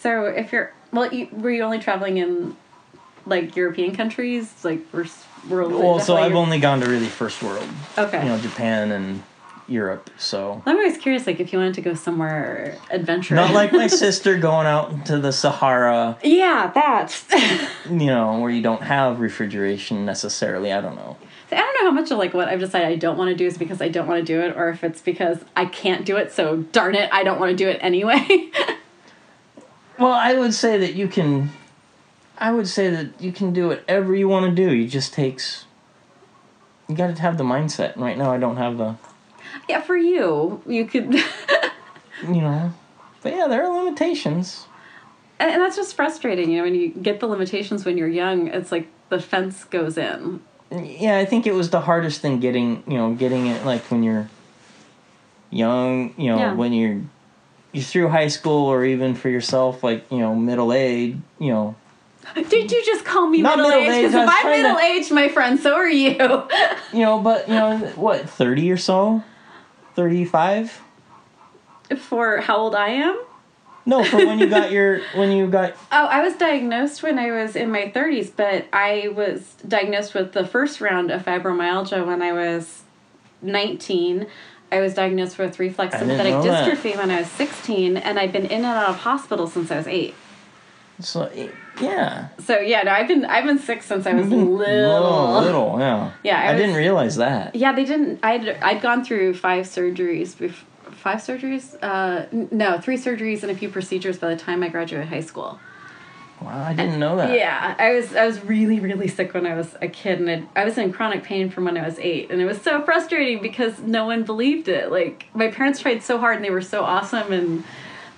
So, if you're well, you, were you only traveling in like European countries, like first world?
Well,
that's
so
why
I've
you're-
only gone to really first world,
okay.
you know, Japan and Europe. So
I'm always curious, like if you wanted to go somewhere adventurous.
not like my sister going out into the Sahara,
yeah, that's. I
you know, where you don't have refrigeration necessarily. I don't know.
don't know how much of like what I've decided I don't want to do is because I don't want to do it, or if it's because I can't do it. So darn it, I don't want to do it anyway.
Well, I would say that you can. I would say that you can do whatever you want to do. It just takes. You got to have the mindset. And right now, I don't have the.
yeah, for you, you could.
You know, but yeah, there are limitations.
And and that's just frustrating, you know, when you get the limitations when you're young, it's like the fence goes in.
yeah i think it was the hardest thing getting you know getting it like when you're young you know
Yeah.
when you're you through high school or even for yourself like you know middle age you know
Did you just call me
Not
middle
middle
aged?
aged, I
Because if
was
I'm
trying to-
middle aged, my friend, so are you.
you know but you know what 30 or so 35
For how old I am?
no for when you got your when you got
Oh, I was diagnosed when I was in my 30s, but I was diagnosed with the first round of fibromyalgia when I was 19. I was diagnosed with reflex
I didn't
sympathetic
know that.
dystrophy when I was 16, and I've been in and out of hospital since I was 8.
so yeah
So, yeah, no, I've been I've been sick since I was
little, little yeah
Yeah, I
i,
was-
didn't realize that
Yeah, they didn't. I'd I'd gone through five surgeries, bef- five surgeries. Uh, n- no, three surgeries and a few procedures by the time I graduated high school.
wow i didn't know that
Yeah, I was I was really really sick when I was a kid, and I'd, I was in chronic pain from when I was eight, and it was so frustrating because no one believed it. Like my parents tried so hard, and they were so awesome, and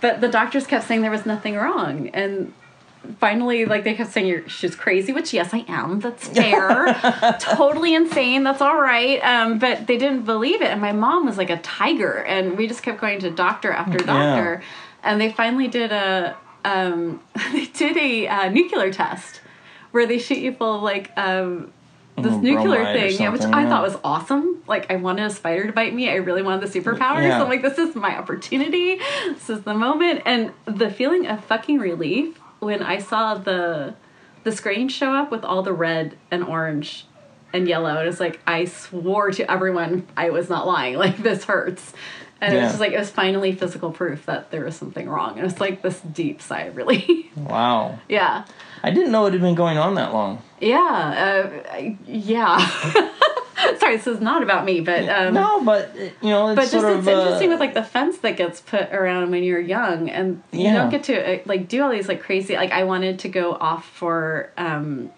but the doctors kept saying there was nothing wrong, and finally, like they kept saying you're she's crazy, which yes I am. That's fair, totally insane. That's all right, um, but they didn't believe it, and my mom was like a tiger, and we just kept going to doctor after doctor, and they finally did a um, they did a uh, nuclear test where they shoot you full of like um, this
Oh,
nuclear
bromide or
thing, yeah, which
something,
I
yeah.
thought was awesome. Like I wanted a spider to bite me. I really wanted the superpower.
Yeah.
So I'm like, this is my opportunity. This is the moment. And the feeling of fucking relief when I saw the the screen show up with all the red and orange and yellow. And it's like I swore to everyone I was not lying. Like this hurts. And it
Yeah.
was just like it was finally physical proof that there was something wrong. And it's like this deep sigh of relief.
wow
yeah.
i didn't know it had been going on that long
Yeah, uh, I- yeah. Sorry, this is not about me, but um,
no but uh, you know it's
but just
sort of
it's interesting
uh,
with like the fence that gets put around when you're young, and you
Yeah.
don't get to uh, like do all these like crazy. Like I wanted to go off for um,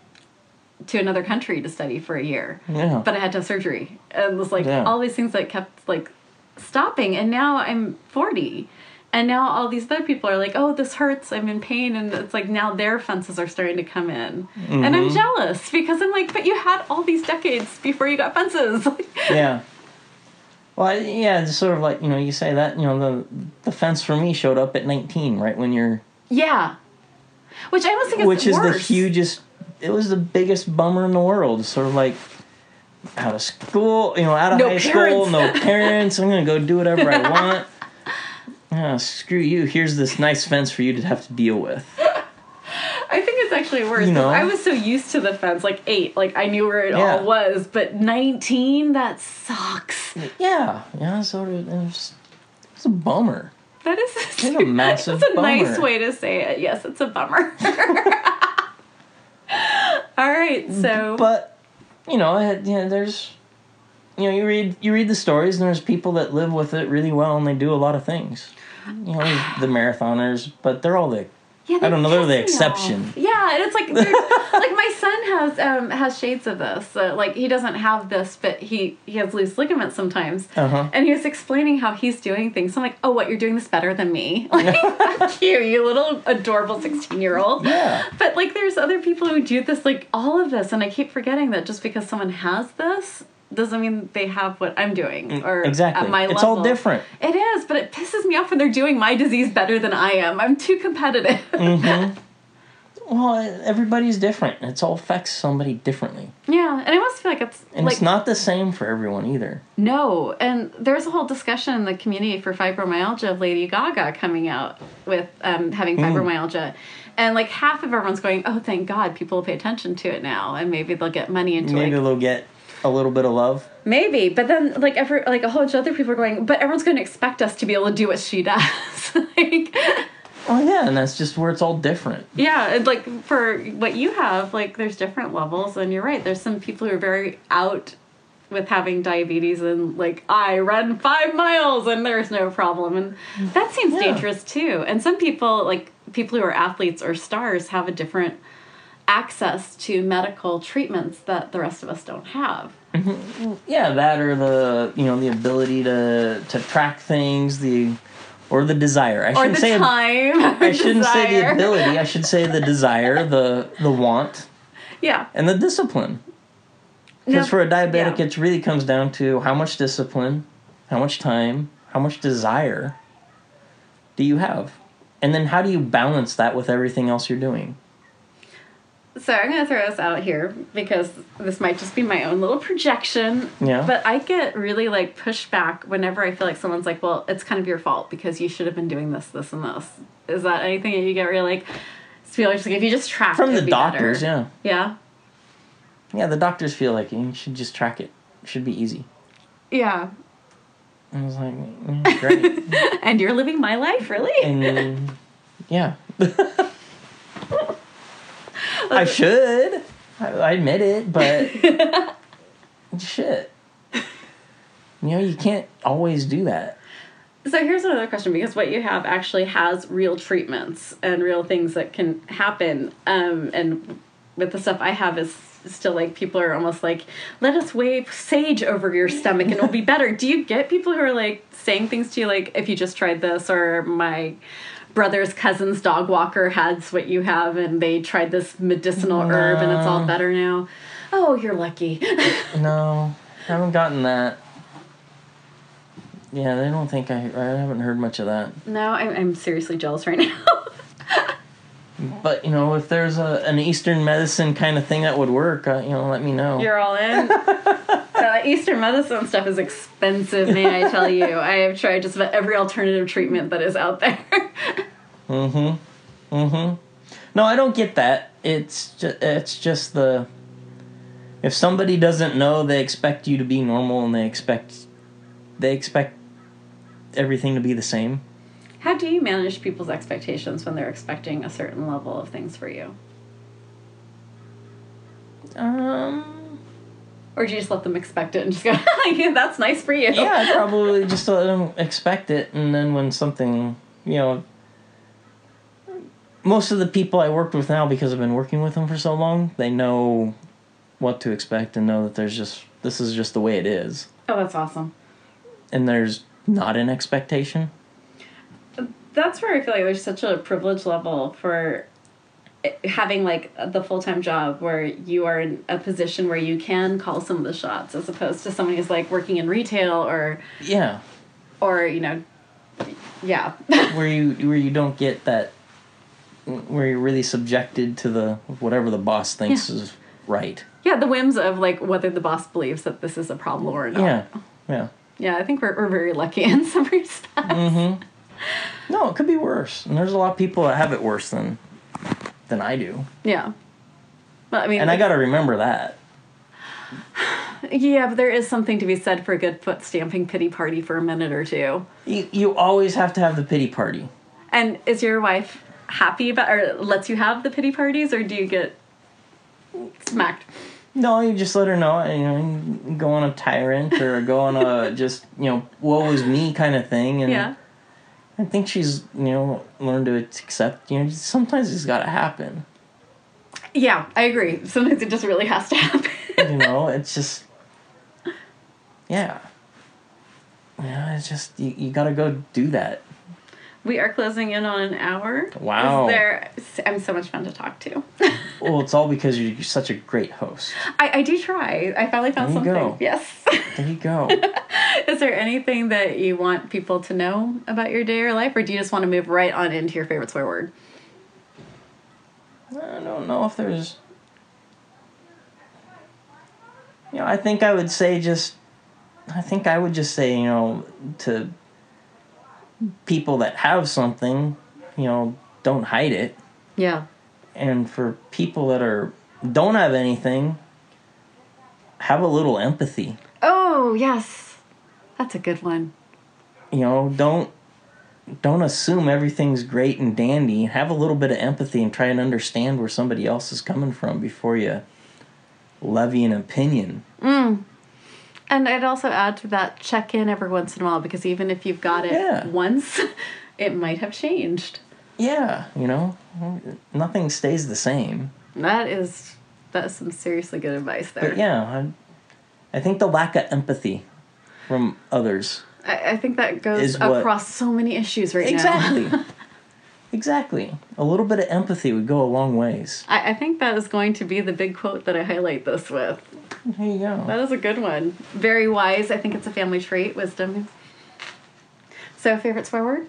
to another country to study for a year,
yeah
but I had to have surgery, and it was like
Yeah.
all these things that kept like stopping, and now I'm forty. And now all these other people are like, "Oh, this hurts. I'm in pain," and it's like now their fences are starting to come in, and
Mm-hmm.
I'm jealous because I'm like, "But you had all these decades before you got fences."
yeah. Well, I- yeah, it's sort of like you know, you say that you know the the fence for me showed up at nineteen, right when you're,
yeah, which I almost think is
which is the
worse.
hugest. It was the biggest bummer in the world. Sort of like out of school, you know, out of
No
high school,
parents.
no parents. I'm gonna go do whatever I want. Yeah, screw you. Here's this nice fence for you to have to deal with.
I think it's actually worse.
You know?
I was so used to the fence, like eight, like I knew where it
Yeah.
all was, but nineteen, that sucks.
Yeah, yeah, sort of. It was, it's a bummer.
That is it's
a massive
That's a nice
bummer.
way to say it. Yes, it's a bummer. All right, so
But you know, I had- you know, there's, you know, you read you read the stories, and there's people that live with it really well, and they do a lot of things. You know, there's the marathoners, but they're all the
Yeah, they
don't know, they're the
piss me
exception.
off. Yeah, and it's like they're- like my son has um has shades of this. Uh, like he doesn't have this, but he he has loose ligaments sometimes.
Uh-huh.
And he was explaining how he's doing things. So I'm like, oh, what you're doing this better than me? Like, fuck you, you little adorable sixteen year old.
Yeah.
But like, there's other people who do this, like all of this, and I keep forgetting that just because someone has this doesn't mean they have what I'm doing or
Mm, exactly.
at my level.
It's all different.
It is, but it pisses me off when they're doing my disease better than I am. I'm too competitive.
Mm. Well, everybody's different. It all affects somebody differently,
Yeah, and I almost feel like it's
and
like
it's not the same for everyone either.
no, and there's a whole discussion in the community for fibromyalgia of Lady Gaga coming out with um, having
Mm.
fibromyalgia, and like half of everyone's going, "Oh, thank God, people will pay attention to it now, and maybe they'll get money into
Maybe
it."
they'll get a little bit of love.
Maybe, but then like every like a whole bunch of other people are going, "But everyone's going to expect us to be able to do what she does." like,
Well, Oh, yeah, and that's just where it's all different.
yeah, and, like for what you have, like there's different levels, and you're right. There's some people who are very out with having diabetes, and like I run five miles and there's no problem, and that seems
Yeah.
dangerous too. And some people, like people who are athletes or stars, have a different access to medical treatments that the rest of us don't have.
yeah that or the you know the ability to to track things the or the desire i
Or
shouldn't
the
say
time.
i shouldn't say the
desire.
ability i should say the desire the the want
Yeah.
and the discipline because
No,
for a diabetic
yeah.
it really comes down to how much discipline how much time how much desire do you have and then how do you balance that with everything else you're doing
So I'm gonna throw this out here because this might just be my own little projection.
Yeah.
But I get really like pushback whenever I feel like someone's like, "Well, it's kind of your fault because you should have been doing this, this, and this." Is that anything that you get really like? Feel like if you just track
from the doctors
Yeah.
yeah yeah the doctors feel like you should just track it it should be easy
Yeah.
i was like "Mm, great
And you're living my life, really?
and yeah i should I, I admit it but shit you know you can't always do that
So here's another question because what you have actually has real treatments and real things that can happen. Um, and with the stuff I have is still like people are almost like, let us wave sage over your stomach and it'll be better. Do you get people who are like saying things to you like, if you just tried this or my brother's cousin's dog walker has what you have and they tried this medicinal herb and it's all better now? Oh, you're lucky.
no i haven't gotten that yeah they don't think i i haven't heard much of that
no, I'm, I'm seriously jealous right now.
but you know if there's a an eastern medicine kind of thing that would work uh, you know let me know
You're all in. uh, Eastern medicine stuff is expensive, may I tell you? I have tried just about every alternative treatment that is out there.
Mm-hmm. No, I don't get that. It's just, it's just the if somebody doesn't know, they expect you to be normal and they expect they expect everything to be the same.
How do you manage people's expectations when they're expecting a certain level of things for you?
Um
Or do you just let them expect it and just go, yeah, that's nice for you?
yeah, I'd probably just let them expect it and then when something, you know, most of the people I worked with now because I've been working with them for so long, they know what to expect and know that there's just this is just the way it is
Oh, that's awesome.
and there's not an expectation.
That's where I feel like there's such a privilege level for it- having like the full-time job where you are in a position where you can call some of the shots as opposed to someone who's like working in retail or
Yeah.
or you know yeah
where you where you don't get that where you're really subjected to the whatever the boss thinks
Yeah.
is right.
yeah the whims of like whether the boss believes that this is a problem or not
Yeah. Yeah.
Yeah, i think we're, we're very lucky in some respects
Mm. No, it could be worse. And there's a lot of people that have it worse than than I do.
yeah well i mean
And I got to remember that.
yeah but there is something to be said for a good foot stamping pity party for a minute or two
You, you always have to have the pity party.
and is your wife happy about or lets you have the pity parties or do you get smacked
No, you just let her know. You know, and go on a tyrant or go on a just you know woe is me kind of thing. And
Yeah.
I think she's you know learned to accept. You know, sometimes it's got to happen.
Yeah, I agree. Sometimes it just really has to happen.
You know, it's just yeah. Yeah, it's just you, you got to go do that.
we are closing in on an hour.
Wow.
Is there, I'm so much fun to talk to.
Well, it's all because you're such a great host.
I, I do try. I finally found
There you
something.
go.
Yes.
There you go.
Is there anything that you want people to know about your day or life, or do you just want to move right on into your favorite swear word?
I don't know if there's. You know, I think I would say just. I think I would just say, you know, to people that have something, you know, don't hide it.
Yeah.
And for people that are don't have anything, have a little empathy.
Oh, yes. That's a good one.
You know, don't don't assume everything's great and dandy. Have a little bit of empathy and try and understand where somebody else is coming from before you levy an opinion.
And I'd also add to that check in every once in a while because even if you've got it
Yeah.
once, it might have changed.
Yeah, you know, nothing stays the same.
That is that's some seriously good advice there.
But yeah, I, I think the lack of empathy from others.
I, I think that
Is
goes
what-
across so many issues right now.
Exactly. exactly. A little bit of empathy would go a long ways.
I, I think that is going to be the big quote that I highlight this with.
There you go.
That is a good one. Very wise. I think it's a family trait, wisdom. So, favorite swear word?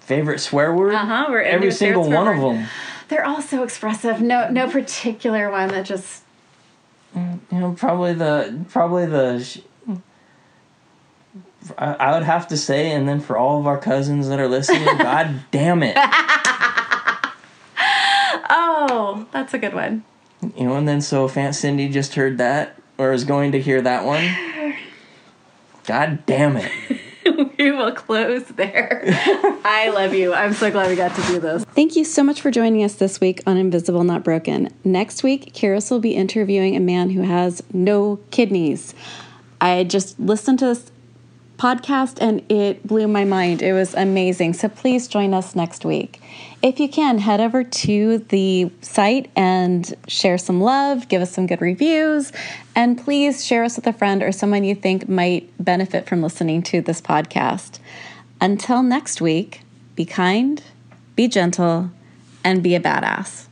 Favorite swear word?
Uh-huh, we're ending
Every
with favorite
single
swear
one of
word.
them.
They're all so expressive. No, no particular one that just.
You know, probably the probably the. sh- I I would have to say, and then for all of our cousins that are listening, God damn it,
Oh, that's a good one.
you know. And then so if Aunt Cindy just heard that or is going to hear that one, God damn it.
we will close there. I love you. I'm so glad we got to do this.
Thank you so much for joining us this week on Invisible Not Broken. Next week, Karis will be interviewing a man who has no kidneys. I just listened to this podcast and it blew my mind. It was amazing. So please join us next week. If you can, head over to the site and share some love, give us some good reviews, and please share us with a friend or someone you think might benefit from listening to this podcast. Until next week, be kind, be gentle, and be a badass.